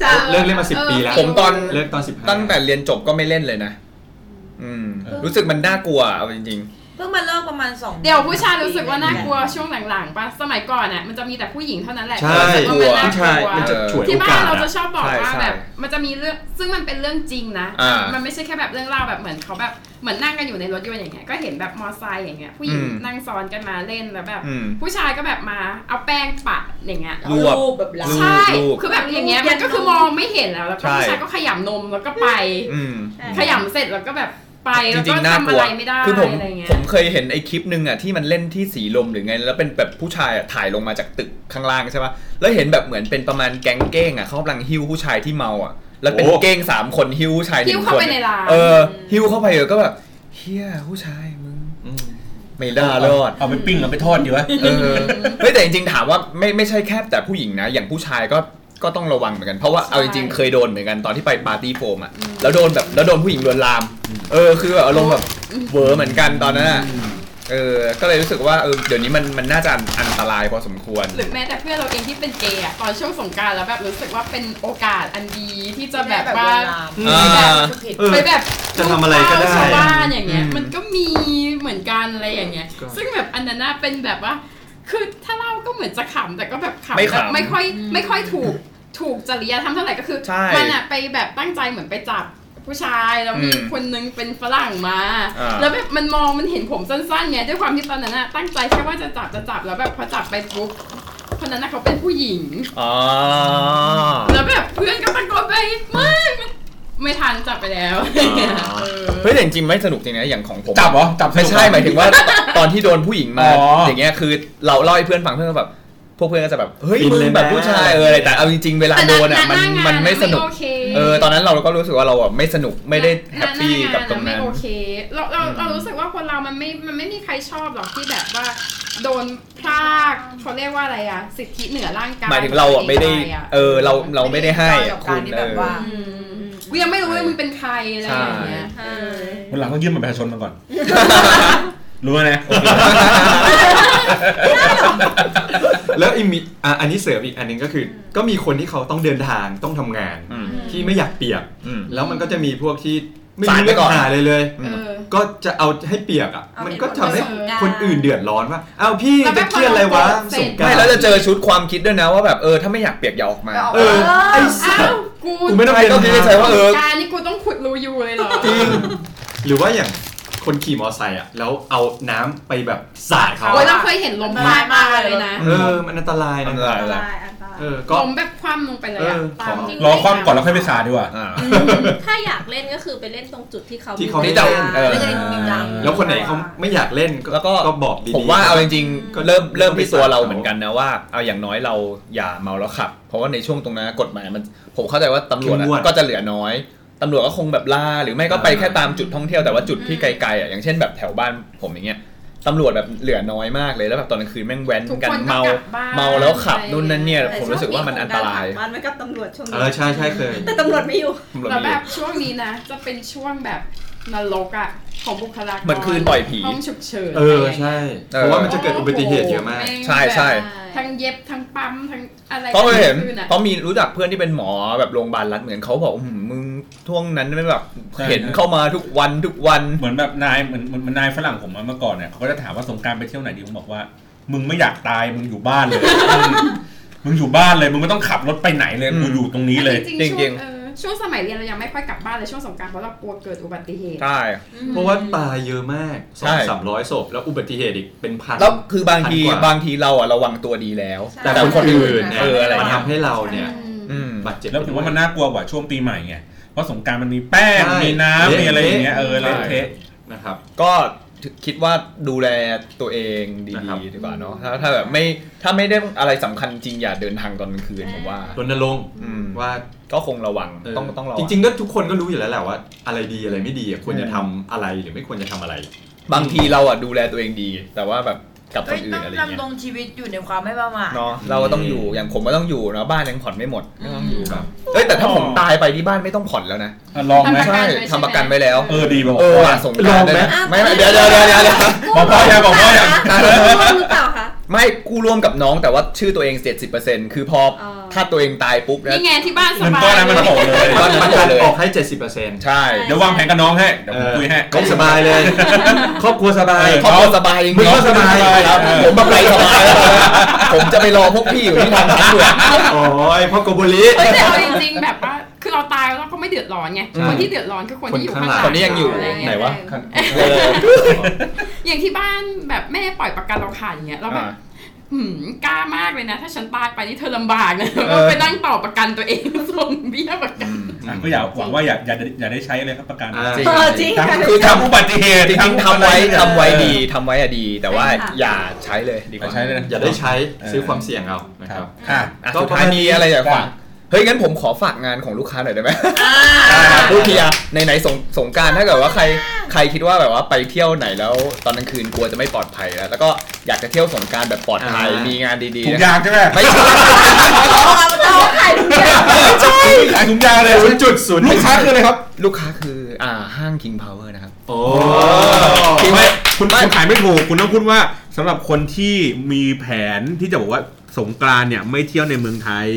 Speaker 6: จ้า
Speaker 2: เลิกเล่นมาสิบปีแล้ว
Speaker 1: ผมตอน
Speaker 2: เลิกตอนสิบห้า
Speaker 1: ตั้งแต่เรียนจบก็ไม่เล่นเลยนะ อืม รู้สึกมันน่ากลัวเอาจริง
Speaker 7: เพิ่งมาเลิกประมาณสอง
Speaker 4: เดี๋ยวผู้ชายรู้สึกว่าน่ากลัวช่วงหลังๆป่ะ สมัยก่อนอ่ะมันจะมีแต่ผู้หญิงเท่านั้นแหละ
Speaker 2: ใช่
Speaker 4: ที่รู้สึกว่ามัน
Speaker 2: ผู้ชายมัน
Speaker 4: น่าก
Speaker 2: จะ
Speaker 4: ลัว
Speaker 2: ฉวยโอ
Speaker 4: ที่บ้าก
Speaker 2: าน ส
Speaker 4: เราจะ
Speaker 2: อะ
Speaker 4: ชอบบอก
Speaker 1: ใช่
Speaker 4: ว่า
Speaker 1: ใช่
Speaker 4: แบบมันจะมีเรื่องซึ่งมันเป็นเรื่องจริงนะ
Speaker 1: อ่ามั
Speaker 4: มันไม่ใช่แค่แบบเรื่องเล่าแบบเหมือนเขาแบบเหมือนนั่งกันอยู่ในรถยนต์อย่างเงี้ยก็เห็นแบบมอไซค์อย่างเงี้ยผู้หญิง
Speaker 1: อืม
Speaker 4: นั่งซ้อนกันมาเล่นแล้วแบบ
Speaker 1: อืม
Speaker 4: ผู้ชายก็แบบมาเอาแป้งปะอย่างเงี้ย
Speaker 7: รูปแบบลา
Speaker 4: ใช่
Speaker 1: รูป
Speaker 4: คือแบบอย่างเงี้ยมันก็คือมองไม่เห็นแล้วแล้วก็ผู้ชายก็ขยำนมแล้วก็ไป
Speaker 1: ๆ อืม
Speaker 4: ขยำเสร็จแล้วก็แบบไป
Speaker 1: จ
Speaker 4: แล้ว
Speaker 1: ริ
Speaker 4: ก็
Speaker 1: งๆน่า
Speaker 4: ทำ
Speaker 1: ก
Speaker 4: อะ
Speaker 1: ลัว
Speaker 4: ไรไม่ได้
Speaker 1: คือผม
Speaker 4: อะไรเงี้ย
Speaker 1: ผมเคยเห็นไอ้คลิปหนึ่งอ่ะที่มันเล่นที่สีลมหรือไง แล้วเป็นแบบผู้ชายอะถ่ายลงมาจากตึกข้างล่างใช่ป่ะ แล้วเห็นแบบเหมือนเป็นประมาณแก๊งเก้งอ่ะเขากำลังหิ้วผู้ชายที่เมาอ่ะ แล้วเป็น
Speaker 2: โอ้
Speaker 1: เก้งสามคนหิ้วผู้ชายหนึ่ง
Speaker 4: หิ้วเข้า
Speaker 1: คน
Speaker 4: ไปในร้าน
Speaker 1: เออหิ้วเข้าไปเออก็แบบเฮียผู้ชายมึง
Speaker 2: อืม
Speaker 1: ไม่ได้รอด
Speaker 3: เอาไปปิ้งเอาไปทอดดีวะ
Speaker 1: เออไม่แต่จริงๆถามว่าไม่ไม่ใช่แค่แต่ผู้หญิงนะ อย่างผู้ชายก็ก็ต้องระวังเหมือนกันเพราะว่าเอาจริงๆเคยโดนเหมือนกันตอนที่ไปปาร์ตี้โฟมอ่ะแล้วโดนแบบแล้วโดนผู้หญิงลวนลาม เออคือแบบอารมณ์แบบเวอร์เหมือนกันตอนนั้นอะเออก็เลยรู้สึกว่าเออเดี๋ยวนี้มันมันน่าจะอันตรายพอสมควร
Speaker 4: หรือแม้แต่เพื่อนเราเองที่เป็นเกย์อะตอนช่วงสงกรารแล้วแบบรู้สึกว่าเป็นโอกาสอันดีที่จะแบบว่า
Speaker 1: อ่า
Speaker 2: เออ
Speaker 4: ไปแบบ
Speaker 2: จะทำอะไรก็ได้
Speaker 4: ชาวบ้านอย่างเงี้ย
Speaker 1: อืม
Speaker 4: มันก็มีเหมือนกันอะไรอย่างเงี้ย
Speaker 2: ก็
Speaker 4: ซึ่งแบบอันนั้นน่ะเป็นแบบว่า คือถ้าเล่าก็เหมือนจะขำแต่ก็แบบขำ
Speaker 1: ไม่ขำ
Speaker 4: แบบไม่ค่อยไม่ค่อยถูกถูกจริยธรรมเท่าไหร่ก็คือ
Speaker 1: ใช่
Speaker 4: มันอะไปแบบตั้งใจเหมือนไปจับผู้ชายแล้วมี
Speaker 1: อืม
Speaker 4: คนนึงเป็นฝรั่งมา
Speaker 1: อ่า
Speaker 4: แล้วแบบมันมองมันเห็นผมสั้นๆไงด้วยความที่ตอนนั้นอะตั้งใจแค่ว่าจะจับจะจับแล้วแบบพอจับไปปุ๊บคนนั้นน่ะเขาเป็นผู้หญิง
Speaker 1: อ๋อ
Speaker 4: แล้วแบบเพื่อนก็ตะโกนไปไม่มันไม่ทันจับไปแล้วเออ
Speaker 1: เฮ้ยแต่จริงๆไม่สนุกจริงนะอย่างของผม
Speaker 3: จับเหรอ จับสนุก
Speaker 1: ไม่ใช่หมายถึง ว่าตอนที่โดนผู้หญิงมา
Speaker 3: อ๋ออ
Speaker 1: อย่างเงี้ยคือเราเล่าให้เพื่อนฟังเพื่อนก็แบบพวกเพื่อนก็จะแบบเฮ้ย
Speaker 2: ฟิน
Speaker 1: มึง
Speaker 2: เลยนะ
Speaker 1: แบบผู้ชายเอออะไรแต่เอาจริงๆเวลาโดนอ่ะ
Speaker 4: แต่
Speaker 1: มัน
Speaker 4: หา
Speaker 1: มัน
Speaker 4: งา
Speaker 1: ไม่สนุก
Speaker 4: โอเค
Speaker 1: เออตอนนั้นเราก็รู้สึกว่าเราอ่ะไม่สนุกไม่ได้แฮปปี้
Speaker 4: หาหา
Speaker 1: กับตรงนั้น
Speaker 4: ไม่โอเคเราเราเรารู้สึกว่าคนเรามันไม่มันไม่มีใครชอบหรอกที่แบบว่า โดนพรากเขาเรียกว่าอะไรอะสิทธิเหนือร่างกาย
Speaker 1: หมายถึงเราอ่ะไม่ได้ เออเราเราไม่ได้ให้อ่ะคุณเออ
Speaker 4: อืมกูยังไม่รู้เลยมึงเป็นใครอะไรอย่างเงี้ย
Speaker 6: ใช่
Speaker 4: เออ
Speaker 3: วันหลังต้องยื่นบัตรประชาชนมาก่อน รู้ไหมนะ
Speaker 2: แล้วอีกมีอ่ะอันนี้เสริมอีกอันหนึงก็คือ ก็มีคนที่เขาต้องเดินทางต้องทำงาน
Speaker 1: อืม
Speaker 2: ที่ไม่อยากเปียก
Speaker 1: อืม
Speaker 2: แล้วมันก็จะมีพวกที่ไม่
Speaker 1: สาดไว้
Speaker 2: รู้เรื่อง
Speaker 1: ก่อน
Speaker 2: หาเลยเลย
Speaker 4: เออ
Speaker 2: ก็จะเอาให้เปียกอ่ะ
Speaker 7: เอามั
Speaker 2: มันก็ทำให้
Speaker 7: เหตุผลมาสงกรานต์
Speaker 2: คนอื่นเดือดร้อนว่า เอ้าพี่
Speaker 4: แล้วไม่
Speaker 2: จะเครียดอะไรวะ
Speaker 4: พอเรา
Speaker 2: ส
Speaker 4: เสร็
Speaker 2: ง
Speaker 4: จ
Speaker 2: กรา
Speaker 1: ไม่
Speaker 2: ร
Speaker 1: แล้วจะเจอชุดความคิดด้วยนะว่าแบบเออถ้าไม่อยากเปียกอย่าออกมา
Speaker 2: เออไอ้สั
Speaker 4: อ้า
Speaker 2: ส
Speaker 4: วกู
Speaker 2: กูไม่ต้องเรียน
Speaker 1: ก็คิดในใจว่าเออ
Speaker 4: การนี่กูต้องขุดรูอยูเลยเหรอ
Speaker 2: จริง หรือว่าอย่างคนขี่มอไซค์อ่ะ แล้วเอาน้ำไปแบบสาดเขา
Speaker 4: โอ้ย
Speaker 2: อะ
Speaker 4: เราเคยเห็นลมพาดมากเลยนะ
Speaker 2: เออ มันอันตรายนะ
Speaker 1: อันตราย
Speaker 6: อันตรายอันตราย
Speaker 2: เออก็
Speaker 4: ล้มแบบคว่ำลงไปเลยอะ
Speaker 2: เออ
Speaker 4: ตาม
Speaker 6: ข
Speaker 3: รอความก่อนแล้วค่อยไปขาดีกว่า
Speaker 1: อ่า
Speaker 6: ถ้าอยากเล่นก็คือไปเล่นตรงจุดที่เขา
Speaker 2: ที่เขา
Speaker 1: ที่
Speaker 2: ไม่
Speaker 1: จะ
Speaker 2: เล่น
Speaker 1: เออ
Speaker 7: ไม่ได้จริงจัง
Speaker 2: แล้วคนไหนเขาไม่อยากเล่นก็
Speaker 1: แล้วก็
Speaker 2: ก็บอกดีๆ
Speaker 1: ผมว่าเอาจริง
Speaker 2: ก็
Speaker 1: ๆเริ่มเริ่มที่ตัวเรา
Speaker 2: ก็ไม่
Speaker 1: เหมือนกันนะว่าเอาอย่างน้อยเราอย่าเมาแล้วขับ เพราะว่าในช่วงตรงนั้นกฎหมายมันผมเข้าใจว่าตำรวจอะ
Speaker 2: เข้มงวด
Speaker 1: ก็จะเหลือน้อยตำรวจก็คงแบบล่าหรือไม่ก็ไปแค่ตามจุดท่องเที่ยวแต่ว่าจุดที่ไกลๆอ่ะอย่างเช่นแบบแถวบ้านผมอย่างเงี้ยตำรวจแบบเหลือน้อยมากเลยแล้วแบบตอนกลางคืนแม่งแว้น
Speaker 4: ทุก
Speaker 1: กัน
Speaker 4: คนก็
Speaker 1: เมา
Speaker 4: กลับบ้น
Speaker 1: เมาแล้วขับนู่นนั่นเนี่ยผมรู้สึกว่ามันอันตราย
Speaker 6: มันไว้กับตำรวจช่วง
Speaker 2: เอ
Speaker 6: นี้
Speaker 2: อใช่ใช่เคย
Speaker 6: แต่ตำรวจไม่อยู่
Speaker 1: ตำรวจ
Speaker 4: แล้ว
Speaker 1: มี
Speaker 4: แบ
Speaker 1: เย
Speaker 4: บ
Speaker 1: อะ
Speaker 4: ช่วงนี้นะ จะเป็นช่วงแบบนรกอ่ะ ของบุคลากร
Speaker 1: เหมือนคืนปล่อยผี
Speaker 4: ห้องฉุกเฉิน
Speaker 2: เออใช่ เพราะว่ามันจะเกิดอุบัติเหตุเยอะมาก
Speaker 4: แง
Speaker 1: ใช่ใช่
Speaker 4: แบบทั้งเย็บทั้งปั๊มทั้งอะไร
Speaker 1: เพราะเห็น
Speaker 4: คือะ
Speaker 1: เพราะมีรู้จักเพื่อนที่เป็นหมอแบบโรงพยาบาลรัฐเหมือนเขาบอกอืมมึงช่วงนั้นไม่แบบ
Speaker 3: ใช่
Speaker 1: เห็นเข้ามาทุกวันทุกวัน
Speaker 3: เหมือนแบบนายเหมือนเหมือนเหมือนนายฝรั่งผมอะเมื่อก่อนเนี่ยเขาก็จะถามว่าสงกรารไปเที่ยวไหนดีผมบอกว่า มึงไม่อยากตายมึงอยู่บ้านเลย มึงมึงอยู่บ้านเลยมึงไม่ต้องขับรถไปไหนเลย
Speaker 1: อืม
Speaker 3: กูอยู่ตรงนี้เลย
Speaker 4: จริง
Speaker 1: จ
Speaker 4: จ
Speaker 1: ริ
Speaker 4: ริ
Speaker 1: ง
Speaker 4: ง
Speaker 1: ๆ
Speaker 4: ๆช่วงเออช่วงสมัยเรียนเรายังไม่ค่อยกลับบ้านเลยช่วงสงกรารเพราะเรากลัวเกิดอุบัติเหตุ
Speaker 1: ใช่
Speaker 4: อืม
Speaker 2: เพราะว่าตายเยอะมากสอ
Speaker 1: ใช่
Speaker 2: งสามร้อยศพแล้วอุบัติเหตุอีกเป็นพัน
Speaker 1: แล้วคือบางที
Speaker 2: พันกว่า
Speaker 1: บางทีเราอะระวังตัวดีแล้ว
Speaker 6: ใช่
Speaker 2: แต่คนอื่นเนี่ย
Speaker 1: เอออะไร
Speaker 2: มัน
Speaker 1: เงี้ย
Speaker 2: ทำให้เราเนี่ย
Speaker 4: อืม
Speaker 1: อืม
Speaker 2: บาดเจ็บ
Speaker 3: แล้วผมว่ามันน่ากลัวกว่าช่วงปีใหม่ไงเพราะสงกรารมันมีแป้ง
Speaker 2: ใช่
Speaker 3: มีน้ำมีอะไรอย่างเงี้ยเออ
Speaker 1: ใช่
Speaker 3: เละเทะ
Speaker 2: นะครับ
Speaker 1: ก็คิดว่าดูแลตัวเอง
Speaker 2: นะ
Speaker 1: ดี
Speaker 2: ครับ
Speaker 1: ๆดีกว่าเนาะถ้าถ้าแบบไม่ถ้าไม่ได้อะไรสำคัญจริงอย่าเดินทางตอนกลางคืนผมว่าร
Speaker 2: ณรงค์
Speaker 1: อืม
Speaker 2: ว่า
Speaker 1: ก็คงระวัง
Speaker 2: เออ
Speaker 1: ต้องต้องระวั
Speaker 2: จ
Speaker 1: ง
Speaker 2: ริง ๆ ก็ทุกคนก็รู้อยู่แล้วแหละว่า อะไรดีอะไรไม่ดีอะควรจะทำอะไรหรือไม่ควรจะทำอะไร
Speaker 1: บางทีเราอะดูแลตัวเองดี แต่ว่าแบบกับคนอื่นอะไร
Speaker 7: ต้อง
Speaker 1: เงี้ย
Speaker 7: ดำรงชีวิตอยู่ในความไม่ประมาท
Speaker 1: เนาะเราก็ต้องอยู่อย่างผมก็ต้องอยู่เนาะบ้านยังผ่อนไม่หมดก็ต้องอยู่
Speaker 2: ครับ
Speaker 1: เอ้ยแต่ถ้าผม
Speaker 3: อ๋อ
Speaker 1: ตายไปที่บ้านไม่ต้องผ่อนแล้วนะ
Speaker 3: อ่ะลองไหม
Speaker 4: ทำป
Speaker 1: ใช่ทำป
Speaker 4: ระกันไว้ใช่ไหม
Speaker 1: ระกันไว้แล้ว
Speaker 3: เออดีบอก
Speaker 1: เออ
Speaker 3: พ่อ
Speaker 1: ว่ะ
Speaker 3: ยัง
Speaker 1: สงกราร
Speaker 2: ลองไหม
Speaker 1: นะไม่ไม่เดี๋ยวเดี๋ยวเดี๋ยวเดี๋ยวเดี๋ยว
Speaker 3: บอกพ่อยังบอกพ่อยัง
Speaker 6: หรือเปล่าคะ
Speaker 1: ไม่กู้ร่วมกับน้องแต่ว่าชื่อตัวเองเจ็ดสิบเปอร์เซ็นต์คือพอ
Speaker 6: เออ
Speaker 1: ถ้าตัวเองตายปุ๊บนะ
Speaker 4: นี่ไงที่บ้านส
Speaker 3: เงินก้อ
Speaker 4: บาย
Speaker 3: นนั้นมันโผล่เลย
Speaker 1: ก็
Speaker 2: ป
Speaker 1: มัน
Speaker 2: ระ
Speaker 1: จะ
Speaker 2: กัน
Speaker 1: เลย
Speaker 2: ออกให้ 70%เ
Speaker 1: ใช่
Speaker 3: เดี๋ยววางแผนกับน้องให้เดี๋ยว
Speaker 2: อ
Speaker 3: ผม
Speaker 2: อ
Speaker 3: คุยให้
Speaker 2: ก็สบายเลย ครอบครัวสบาย
Speaker 1: ครอบครัวสบายจริง
Speaker 2: มึงก็
Speaker 1: เนาะ
Speaker 2: สบาย
Speaker 1: ครับ
Speaker 3: เออ
Speaker 1: ผมแบบไรสบายแล้วผมจะไปรอพวกพี่อยู่ที่ทางทางด่วน
Speaker 2: โอ้ยพ่อโกโบริ
Speaker 4: เฮ้ยแต่เอาจริงๆแบบว่าคือเราตายแล้วเราก็ไม่เดือดร้อนไง
Speaker 1: ใช่
Speaker 4: คนที่เดือดร้อนคือคนที่อยู่ข้างหลัง
Speaker 1: คนนี้ยังอยู่
Speaker 4: ะรเ
Speaker 1: ไหนวะ
Speaker 4: เออ
Speaker 1: เออ
Speaker 4: อย่างที่บ้านแบบแม่ปล่อยประกันเราขาดอย่างเงี้ยเราแบบ
Speaker 1: อ่า
Speaker 4: หืมกล้ามากเลยนะ ถ้าฉันตายไปนี่เธอลำบากนะ
Speaker 1: เออ
Speaker 4: ไปนั่งต่อประกันตัวเองส่งเบี้ยประกัน
Speaker 3: อ่ะก็อย่าหวังว่าอย่าอย่าอย่าได้ใช้เลยครับประกัน
Speaker 2: อ่า
Speaker 1: จริง
Speaker 6: เออจริง
Speaker 3: ทั้ง
Speaker 6: ค่ะ
Speaker 3: คือทำอุบัติเหตุ
Speaker 1: จริงๆทำไว้ทำไว้ดีทำไว้อะดี แต่ว่า
Speaker 6: ใช่ค่ะ
Speaker 1: อย่าใช้เลยดีก
Speaker 3: อย่า
Speaker 1: ว่า
Speaker 3: ใช้เลยนะ
Speaker 2: อย่าได้ใช้
Speaker 3: เออ
Speaker 2: ซื้อความเสี่ยงเอานะ
Speaker 3: ค
Speaker 2: ค
Speaker 3: รั
Speaker 2: รั
Speaker 3: บบ ค่ะ
Speaker 1: อ่ะ
Speaker 2: ก็
Speaker 1: สุดท้ายนี้อะไรอยากฝาก
Speaker 3: ได้
Speaker 1: เฮ้ย งั้นผมขอฝากงานของลูกค้าหน่อยได้ไหม
Speaker 3: ได้ครับ
Speaker 1: พูดเทียร์ในไหนๆสงสงกรารถ้าเกิดว่าใครใครคิดว่าแบบว่าไปเที่ยวไหนแล้วตอนกลางคืนกลัวจะไม่ปลอดภัยแล้ว แล้วก็อยากจะเที่ยวสงกรารแบบปลอดภัย
Speaker 2: อ่ามี
Speaker 1: มีงานดี
Speaker 3: ถุง
Speaker 1: ๆนะ
Speaker 3: ยางใช่ไหม
Speaker 1: ไม่ใช่
Speaker 3: ขายถุงยางเลย
Speaker 2: ศูนย์จุดศูนย์
Speaker 3: ลูกค้าคืออะไรครับ
Speaker 1: ลูกค้าคืออ่าห้าง King Power นะครับ
Speaker 2: โอ้
Speaker 1: จริงไหม
Speaker 3: ไม่คุณคุณขายไม่ถูก คุณต้องพูดว่าสำหรับคนที่มีแผนที่จะบอกว่าสงกรานต์เนี่ยไม่เที่ยวในเมืองไทย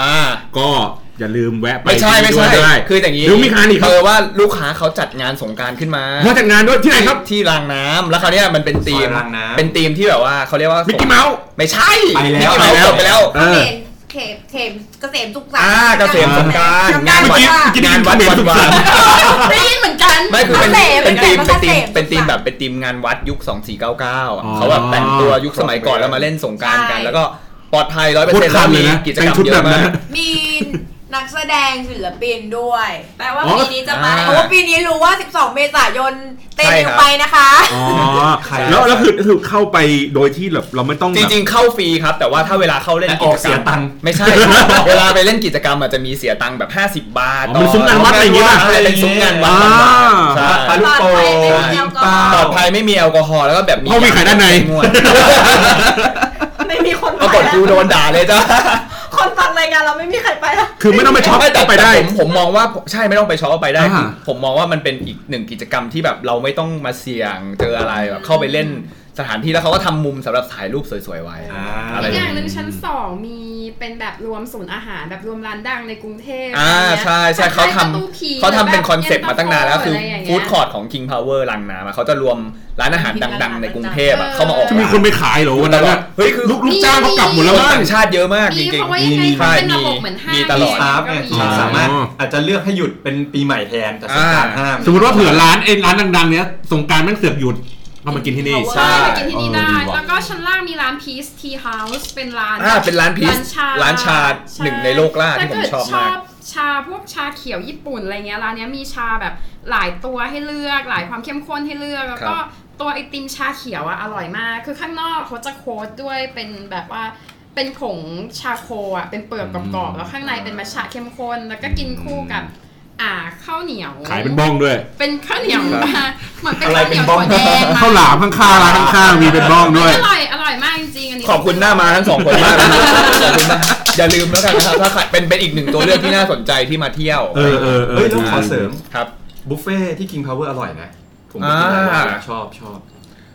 Speaker 1: อ่า
Speaker 3: ก็อย่าลืมแวะไป
Speaker 1: ไม่ใช่ไม่
Speaker 3: ที่
Speaker 1: ใช่
Speaker 3: นี่ด้วยได้
Speaker 1: คืออย่างนี้
Speaker 3: หรือมีงานอีกครับ
Speaker 1: เออว่าลูกค้าเขาจัดงานสงกรารขึ้นมา
Speaker 3: มาจัดงานด้วยที่ไหนครับ
Speaker 1: ที่รางน้ำแล้วคราวเนี้ยมันเป็นธีม
Speaker 2: ซอยรางน้ำ
Speaker 1: เป็นธีมที่แบบว่าเขาเรียกว่า
Speaker 3: มิกกี้เมาส์
Speaker 1: ไม่ใช่
Speaker 2: ไปแล้ว
Speaker 1: มิกกี้เมาส์ไปแล้ว
Speaker 3: เออ
Speaker 7: เขมเขมเกษมสุขสันต์
Speaker 1: อ่าเกษมสงกราร
Speaker 7: งานวัด
Speaker 1: งานวัด
Speaker 3: เมื่อ
Speaker 1: วัด
Speaker 3: กี้เมื่อกี้
Speaker 1: วา
Speaker 3: ได้ยิน
Speaker 7: ได้ยินเหมือนกัน
Speaker 1: ไม่คือเป็น
Speaker 7: เกษ
Speaker 1: เป็นทีม
Speaker 7: ไง
Speaker 1: เป็นทีม
Speaker 7: กษ
Speaker 1: เป็นทีม
Speaker 7: สุขสัต์
Speaker 1: แบบเป็นทีมงานวัดยุค 2499อ่ะ
Speaker 3: อ๋อ
Speaker 1: เขาแบบแต่งตัวยุคสมัยก่อนแล้วมาเล่นสงกรารกัน
Speaker 7: ใช่
Speaker 1: แล้วก็ปลอดภัยร้อยเปอร์
Speaker 3: พูด
Speaker 1: เซ็นต์แล้ว
Speaker 3: คำเล
Speaker 1: มี
Speaker 3: ยนะ
Speaker 1: กิจ
Speaker 3: แต่
Speaker 1: ก
Speaker 3: ง
Speaker 1: รรม
Speaker 3: ชุด
Speaker 1: เย
Speaker 3: แบบ
Speaker 1: อะมา
Speaker 3: นั้น
Speaker 1: ก
Speaker 3: นะ
Speaker 7: มีนักแสดงศิลปินด้วย
Speaker 6: แปลว่า
Speaker 3: อ๋อ
Speaker 6: ปีนี้จะมา
Speaker 1: อ่า
Speaker 7: เพราะว่าปีนี้รู้ว่า 12 เมษายนเต้น
Speaker 1: ใช่
Speaker 7: อ
Speaker 1: ค
Speaker 7: ยู่
Speaker 1: รับ
Speaker 7: ไปนะคะ
Speaker 3: อ๋อ
Speaker 2: ใคร
Speaker 3: แล้วแล้วคือคือเข้าไปโดยที่แบบเราไม่ต้อง
Speaker 1: จ
Speaker 3: แบบ
Speaker 1: ริงๆเข้าฟรีครับ แต่ว่าถ้าเวลาเข้าเล่น
Speaker 2: แต่อ
Speaker 1: กิ
Speaker 2: อ
Speaker 1: จ
Speaker 2: ก
Speaker 1: กร
Speaker 2: เสีย
Speaker 1: รม
Speaker 2: ตังค์
Speaker 1: ไม่ใช่ เวลาไปเล่นกิจกรรมอาจจะมีเสียตังค์แบบ 50 บาท
Speaker 3: อ๋อมันซุ้มงานวัดอะไรอย่างงี้ป่ะ
Speaker 1: ใช่เป็นซุ้มงานวัด
Speaker 3: อ่า
Speaker 1: ใช่
Speaker 2: ปลาลูกโป่งยิงเป้า
Speaker 1: ปลอดภัยไม่มีแอลกอฮอล์แล้วก็แบบมี
Speaker 3: เพราะมีขายด้านใน
Speaker 1: งวด
Speaker 6: ไม่มีคน
Speaker 1: ปรากฏกูโดนด่าเลยจ้า
Speaker 6: คนฟังรายการเราไม่มีใครไปแล้ว
Speaker 3: คือไม่ต้องไปช็อป
Speaker 1: ม่แต่
Speaker 3: ก็ไปได้
Speaker 1: ผมผมมองว่าใช่ไม่ต้องไปช็อปก็ไปได้
Speaker 3: อ่า
Speaker 1: คือผมมองว่ามันเป็นอีกหนึ่งกิจกรรมที่แบบเราไม่ต้องมาเสี่ยงเจออะไรแบบเข้าไปเล่นสถานที่แล้วเขาก็ทำมุมสำหรับถ่ายรูปสวยๆไว้
Speaker 2: อ่า
Speaker 1: อะไร
Speaker 4: อีกอย่างหนึ่งชั้นสองมีเป็นแบบรวมศูนย์อาหารแบบรวมร้านดังในกรุงเทพ
Speaker 1: อ่าใช่ใช่เขาท
Speaker 4: แบบประตูผี
Speaker 1: ำเขาทำเป็นคอนเซปต์มาตั้งนานแล้วคือ
Speaker 4: หะไรย่าง
Speaker 1: ฟู้
Speaker 4: เงี้ย
Speaker 1: ดคอร์ทของ King Power ลังน้ำอะเขาจะรวมร้านอาหารดังๆ ในกรุงเทพอะเข้ามาออก
Speaker 3: ที่มีคนไปขายเหรอวันนั้นอะ
Speaker 1: เฮ้ยคือ
Speaker 3: ลูกลูกจ้างเขากลับหมด
Speaker 1: แล้
Speaker 3: แล้ว ว
Speaker 1: ต่า
Speaker 3: มั้ง
Speaker 1: งชาติเยอะมากจ
Speaker 4: มี
Speaker 1: ริง
Speaker 4: เพราะว่ายังไง
Speaker 1: มี
Speaker 4: มันเป็นระบบเหมือนห้าง
Speaker 1: มีตลอด
Speaker 2: สตาฟเนี่ย
Speaker 1: ใช่
Speaker 2: สามารถอาจจะเลือกให้หยุดเป็นปีใหม่แทนแต่สงกรารห้าม
Speaker 3: สมมติว่าเผื่อร้านไอ้ร้านดังๆเนี้ยสงกรารแม่งเสือกหยุด พ เอามากินที่นี่
Speaker 7: ใช่
Speaker 4: ใช่ไปกินที่นี่ได้
Speaker 3: เออดีว่ะ
Speaker 4: แล้วก็ชั้นล่างมีร้าน Peace Tea House เป็นร้าน
Speaker 1: อ่าเป็นร้านพีซ
Speaker 4: ชา
Speaker 1: ร้านชา
Speaker 4: ใช่
Speaker 1: หนึ่งในโลกล่าที่ผมชอบ
Speaker 4: ถ้เกิดช
Speaker 1: มา
Speaker 4: อก บชาพวกชาเขียวญี่ปุ่นอะไรเงี้ยร้านเนี้ยมีชาแบบหลายตัวให้เลือก หลายความเข้มข้นให้เลือก แล้วก็
Speaker 1: ครับ
Speaker 4: ตัวไอติมชาเขียวอะอร่อยมาก คือข้างนอกเขาจะโค้ดด้วยเป็นแบบว่าเป็นผงชาโคอะเป็นเปลือกกรอบๆแล้วข้างในเป็นมัชชาเข้มข้น แล้วก็กินคู่กับอ่าข้าวเหนียว
Speaker 3: ขายเป็นบ้องด้วย
Speaker 4: เป็นข้าวเหนียว
Speaker 1: ครับ
Speaker 4: มาเหมือนเป็น
Speaker 2: อะไร
Speaker 4: ข้าวเห
Speaker 2: เป็
Speaker 4: นี
Speaker 2: น
Speaker 4: ยว
Speaker 2: บ้อ
Speaker 4: ถั่
Speaker 2: ง
Speaker 4: วแดงมา
Speaker 3: ข้าวหลามข้างๆร้านข้างๆมีเป็นบ้องด้วย
Speaker 4: อร่อยอร่อยมากจริงๆอันนี้
Speaker 1: ขอบคุณหน้ามาทั้งสองคนมากนะครับขอบคุณมากอย่าลืมแล้วกันนะครับถ้าใครเป็นเป็นอีกหนึ่งตัวเลือกที่น่าสนใจที่มาเที่ยว
Speaker 3: เออเออเออ
Speaker 2: เฮ้ยแล้วขอเสริม
Speaker 1: ครับ
Speaker 2: บุฟเฟ่ที่ King Power อร่อยนะ ผมไปกินหลายรอบแล้วชอบชอบ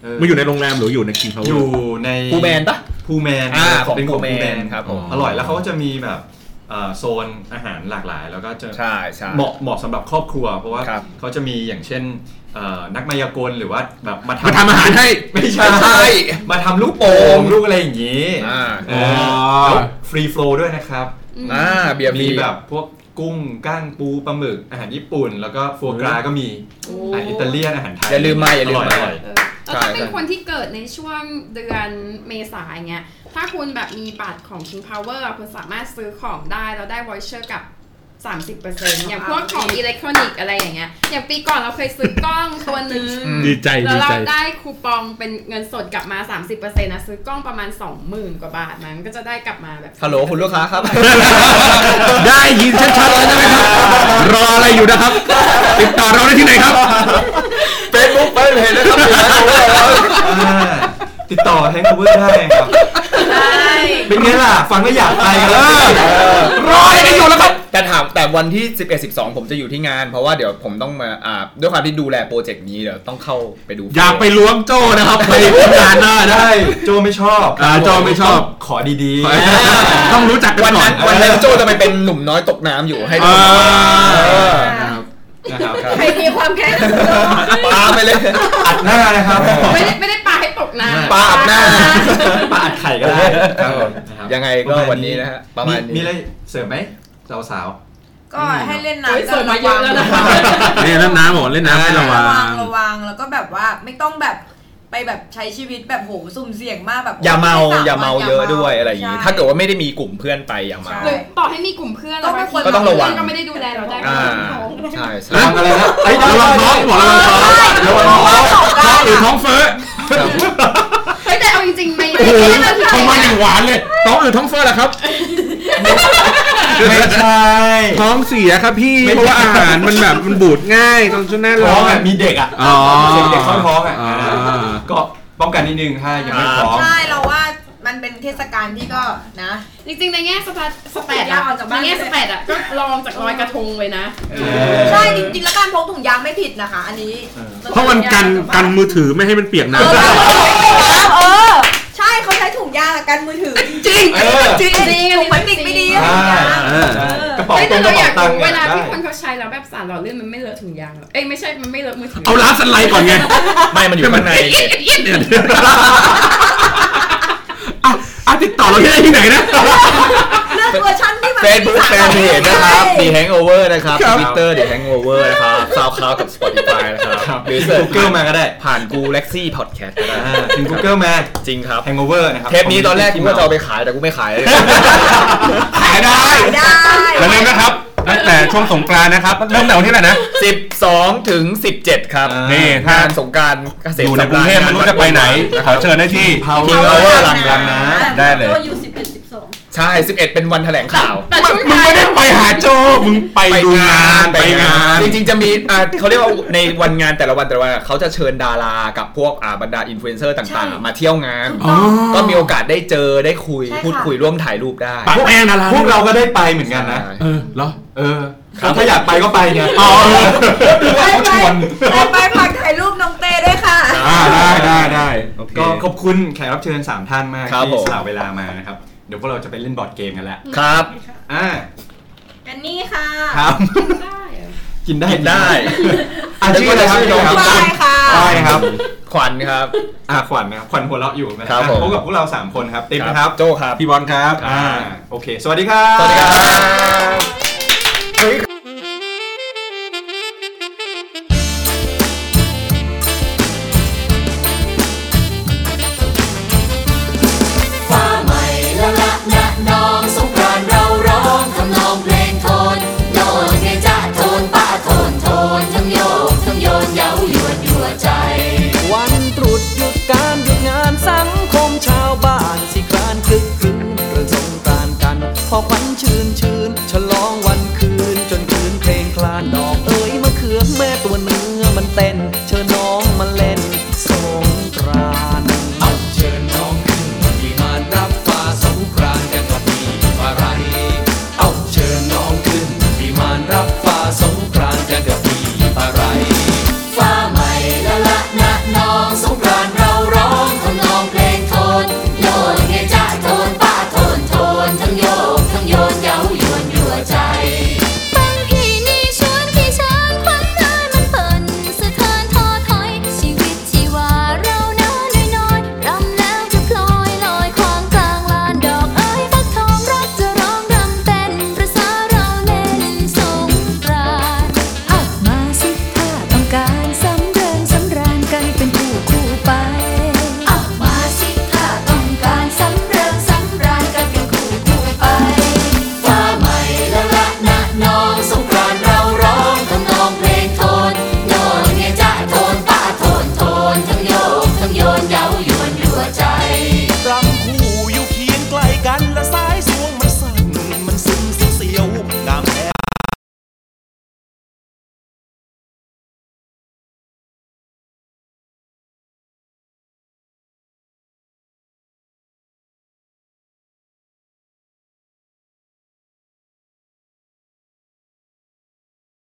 Speaker 2: เ
Speaker 3: มาอยู่ในโรงแรมหรืออยู่ในคิงพาวเว
Speaker 2: อ
Speaker 3: อร์
Speaker 2: ยู่ใน
Speaker 1: ภูแมนปะ
Speaker 2: ภูแมน
Speaker 1: อ่าของ
Speaker 2: เป็นขอ
Speaker 1: ภู
Speaker 2: งภู
Speaker 1: แม
Speaker 2: แม
Speaker 1: น
Speaker 2: น
Speaker 1: ครับผม
Speaker 2: อร่อยแล้วเขาก็จะมีแบบเอ่อโซนอาหารหลากหลาย แล้วก็จะ
Speaker 1: ใช่ใช่
Speaker 2: เหมาะเหมาะสำหรับครอบครัว เพราะว่า
Speaker 1: ครับ
Speaker 2: เขาจะมีอย่างเช่นเอ่อนักมายากลหรือว่าแบบมา
Speaker 3: มา
Speaker 2: ทำ
Speaker 3: ทำอาหารให้
Speaker 2: ไม่
Speaker 1: ใช่
Speaker 2: ใช่
Speaker 1: ใช่
Speaker 2: มาทำลูกโป่งลูกอะไรอย่างนี้
Speaker 1: อ่า
Speaker 2: เออแล้วฟรีโฟลด้วยนะครับ
Speaker 1: อ่าเบียร์
Speaker 2: มี
Speaker 1: มี
Speaker 2: แบบพวกกุ้งก้างปูปลาหมึกอาหารญี่ปุ่น แล้วก็ฟัวกราก็มีอาหารอิตาเลียนอาหารไทย
Speaker 1: อย่าลืมมาอย่าลืมมา
Speaker 2: ร่ร่อย
Speaker 4: แล้วถ้าเป็นคนที่เกิดในช่วงเดือนเมษายนเงี้ย ถ้าคุณแบบมีบัตรของ King Power อะคุณสามารถซื้อของได้แล้วได้ voucher กับ 30%อย่างพวกของอิเล็กทรอนิกส์อะไรอย่างเงี้ย อย่างปีก่อนเราเคยซื้อกล้องตัวหนึง
Speaker 3: ดีใจ
Speaker 4: แล้
Speaker 3: ดี
Speaker 4: วเรา
Speaker 3: ใจ
Speaker 4: ได้คูปองเป็นเงินสดกลับมา 30%นะซื้อกล้องประมาณ 20,000 กว่าบาทมันก็จะได้กลับมาแบบ
Speaker 1: ฮัลโหลคุณลูกค้า ครับ
Speaker 3: ได้ยินชัดๆแล้วใช่ไหมครับ รออะไรอยู่นะครับ ติดต่อเราได้ที่ไหนครับ
Speaker 1: เฟซบุ๊กเฟซเพจนะครับเดี๋ยวนะผมบอกแล้ว
Speaker 2: อ่าติดต่อแฮงค์เวอร์ได้ครับ เป็นไงล่ะ ฟังแล้วอยากไปกันแล้ว
Speaker 1: รออะไรกันอยู่แล้วครับแต่ถามแต่วันที่ 11 12 ผมจะอยู่ที่งาน เพราะว่าเดี๋ยวผมต้องมาอ่าด้วยความที่ดูแลโปรเจกต์นี้เดี๋ยวต้องเข้าไปดู
Speaker 3: อย่าไปล้วงโจ้นะครับ ไปงานหน้าได้
Speaker 2: ได้ โจไม่ชอบ
Speaker 3: อ่าโจไม่ชอบ
Speaker 2: ขอดี
Speaker 3: ต้องรู้จักกั
Speaker 1: วัน น
Speaker 3: ก่อ
Speaker 1: นั้น นวันนั้นโจจะไปเป็นหนุ่มน้อยตกน้ำอยู่ให้ดู
Speaker 3: อ่า
Speaker 1: เออ
Speaker 2: ๆ นะครับ
Speaker 7: ใครมีความแค้นส่วนตัว
Speaker 1: ปาไปเลย
Speaker 2: อัดหน้านะครับ
Speaker 4: ไม่ได้ไม่ได้ปลาให้ตกน้ำ
Speaker 1: ปลาอาบหน้า
Speaker 2: ปาอัดไข่ก็ได้ครับผมนะครับ
Speaker 1: ยังไงก็วันนี้นะฮะประมาณ
Speaker 2: มี
Speaker 1: นี้
Speaker 2: อะไรเสริมไหมสาวสาว
Speaker 7: ก็ให้เล่น
Speaker 4: เฮ้ย
Speaker 7: น้ำ
Speaker 4: ส่งมาเยอะแล้วนะคะ
Speaker 3: นี่เล่นน้ำหมดเล่นน้ำให้ระ
Speaker 7: ระ
Speaker 3: วั
Speaker 7: วั
Speaker 3: ง
Speaker 7: งระวังแล้วก็แบบว่าไม่ต้องแบบไปแบบใช้ชีวิตแบบโหสุ่มเสี่ยงมากแบบ
Speaker 1: อย่าเมา
Speaker 7: ไสรถ
Speaker 1: อย่าเมาเยอะด้วยอะไรอย่างนี้
Speaker 7: ใช่
Speaker 1: ถ้าเกิดว่าไม่ได้มีกลุ่มเพื่อนไปอย่าเมา
Speaker 4: หรือต่อให้มีกลุ่มเพื่อน
Speaker 7: ก็ไม่ควร
Speaker 1: ก็ต้องระวัง
Speaker 4: เพื่นก็ไม่ได้ดูแลเราได้
Speaker 1: อ่า
Speaker 4: เขา
Speaker 1: ใช่ใช่
Speaker 2: ๆทำอะไรนะเอ้ยได้
Speaker 3: ระวังท้องหมดระวังท้องระวังท้องท้องหรือท้องเฟ้อ
Speaker 4: เฮ้ยแต่เอาจริงๆไม่
Speaker 3: โอ้โห
Speaker 4: ไม่ได้เรื่อง
Speaker 3: ทำมา
Speaker 4: ที่
Speaker 3: อ
Speaker 4: ไหน
Speaker 3: ย่างหวานเลยท้องอือท้องเฟ้อเหรอครับ
Speaker 2: ไม่ใช่
Speaker 3: ท้องเสียครับพี่ เพราะว่าอาหารมันแบบมันบูดง่ายตอนช่วงหน้าร้
Speaker 2: ท้
Speaker 3: อ
Speaker 2: อง
Speaker 3: น
Speaker 2: อ่ะมีเด็กอ่ะ
Speaker 3: อ๋อ
Speaker 2: เด็กๆเข้าท้องอ่ะ
Speaker 3: า
Speaker 2: ก็ป้องกันนิดนึงถ้ายังไม่พร้อม
Speaker 7: ใช่เราว่ามันเป็นเทศกาลที่ก็นะ
Speaker 4: จริงๆในแง่สแตทสแตท
Speaker 7: ยาวออกจาก
Speaker 4: ใน
Speaker 7: บ้าน
Speaker 4: แง่สแตทอะก็ลองจากลอยกระทงเลยนะ
Speaker 7: ใช่จริงๆแล้วการพกถุงยางไม่ผิดนะคะ อันนี้
Speaker 2: เออ
Speaker 3: เพราะมันกันกันมือถือไม่ให้มันเปียก
Speaker 7: เออ
Speaker 3: น้ำ
Speaker 7: เออใช่เขาใช้ถุงยางกับกันมือถือจริงจริง
Speaker 2: เออ
Speaker 7: จริงถุงพลาสติกไม่ดีอะถุงยาง
Speaker 3: เออ
Speaker 2: กระเป๋า
Speaker 4: เฮ้ย
Speaker 2: ตร
Speaker 4: แต่
Speaker 2: งก
Speaker 4: เรา
Speaker 2: ระ
Speaker 4: อยา
Speaker 2: เป๋ากตัง
Speaker 4: รู้
Speaker 2: ค์
Speaker 4: เวลา
Speaker 2: ได้
Speaker 4: ที่คนเขาใช้แล้วแบบสารหล่อลื่นมันไม่เลอะถุงยางหรอกเอ้ยไม่ใช่มันไม่เลอะมือถือ
Speaker 3: เอาล้างสันไลก่อนไง
Speaker 1: ไม่มันอยู่ข้างใน
Speaker 3: เนี่ยอ่ะอ่ะติดต่อเราได้ที่ไหนนะ
Speaker 7: เลือกเวอร์ชันที่มัน
Speaker 1: เฟซบุ๊กแฟนเพจนะครับมีแฮงโอเวอร์นะครับ
Speaker 3: ครั
Speaker 1: ท
Speaker 3: บ
Speaker 1: วิตเตอร์เดี๋ยวแฮงโอเวอร์นะครับซาวคลาวกับ Spotify นะค
Speaker 2: ครั
Speaker 1: รับบ หรือเสิร์ช
Speaker 2: Google มาก็ได้
Speaker 1: ผ่านกูเล็กซี่พอดแคสต์ก็ได้
Speaker 2: อ่าถึง Google มา
Speaker 1: จริงครับ
Speaker 2: Hangover นะครับ
Speaker 1: เทปนี้ตอนแรกกูก็จะเอาไปขายแต่กูไม่ขายเลย
Speaker 3: ขายได้
Speaker 7: ได้
Speaker 3: อย่าลืมนะครับตั้งแต่ช่วงสงกรานต์นะครับ เริ่มแต่วันที่เท่าไหร่นะ
Speaker 1: 12 ถึง 17 ครับ
Speaker 2: อ่า
Speaker 1: นี่งานสงกรารเกษต
Speaker 3: อ
Speaker 1: ร
Speaker 3: ยู่ในกรุงเทพไม่รู้จะไปไหน ขอเชิญได้ที่
Speaker 1: กินเอาเวอร์ลัง
Speaker 2: รังนะ
Speaker 3: ได้เลย
Speaker 7: ก็อยู่สิบเอ็ดสิบสอง
Speaker 1: ใช่ 11 เป็นวันแถลงข่าว
Speaker 4: แต่ช่วง
Speaker 3: มึง
Speaker 4: ท้าย
Speaker 3: ไม่ได้ไปหาโจ มึงไปดูงานไปงาน
Speaker 1: จริงๆ จะมีอ่าเขาเรียกว่าในวันงานแต่ละวันแต่ละวันอ่ะเขาจะเชิญดารากับพวกอ่าบรรดาอินฟลูเอนเซอร์ต่างๆ มาเที่ยวงาน
Speaker 3: อ๋อ
Speaker 1: ก็มีโอกาสได้เจอได้คุย
Speaker 7: ใช่ค่ะ
Speaker 1: พูดคุยร่วมถ่ายรูปได้
Speaker 3: ปะแป้งอะไร
Speaker 2: พวกเราก็ได้ไปเหมือนกันนะ
Speaker 1: ใช่
Speaker 3: เออเหรอ
Speaker 2: เออ
Speaker 1: ครับ
Speaker 2: ถ้าอยากไปก็ไปเนี่ย
Speaker 3: อ๋อ
Speaker 7: ไปไปไปฝากถ่ายรูปน้องเต้ด้วยค่ะ
Speaker 3: อ่าได้ได้ได้โอเค
Speaker 2: ก็ขอบคุณแขกรับเชิญ 3 ท่านมาก
Speaker 1: ครับผม
Speaker 2: ที่สละเวลามานะครับ เดี๋ยวพวกเราจะไปเล่นบอร์ดเกมกันแล้ว
Speaker 1: ครับ
Speaker 2: อ่า
Speaker 7: อันนี้ค่ะ
Speaker 2: ครับ
Speaker 4: ได้เหรอ
Speaker 2: กินได้
Speaker 1: กิน ได้
Speaker 2: อ่ะชื่ออะไรครับ
Speaker 1: ชื่อน้
Speaker 2: น้
Speaker 1: อ
Speaker 2: อง งครับ
Speaker 7: ได้ค่ะ
Speaker 2: ได้ครับ
Speaker 1: ขวัญครับ
Speaker 2: อ่ะขวัญนะครับขวัญหัวเราะอยู่นะครับ
Speaker 1: ผม
Speaker 2: พบกับพวกเรา 3 คนครับ ติ๊มนะครับ
Speaker 1: โจครับ
Speaker 3: พี่บอลครับ
Speaker 2: อ่าโอเค สวัสดีครับ
Speaker 1: สวัสดีครับ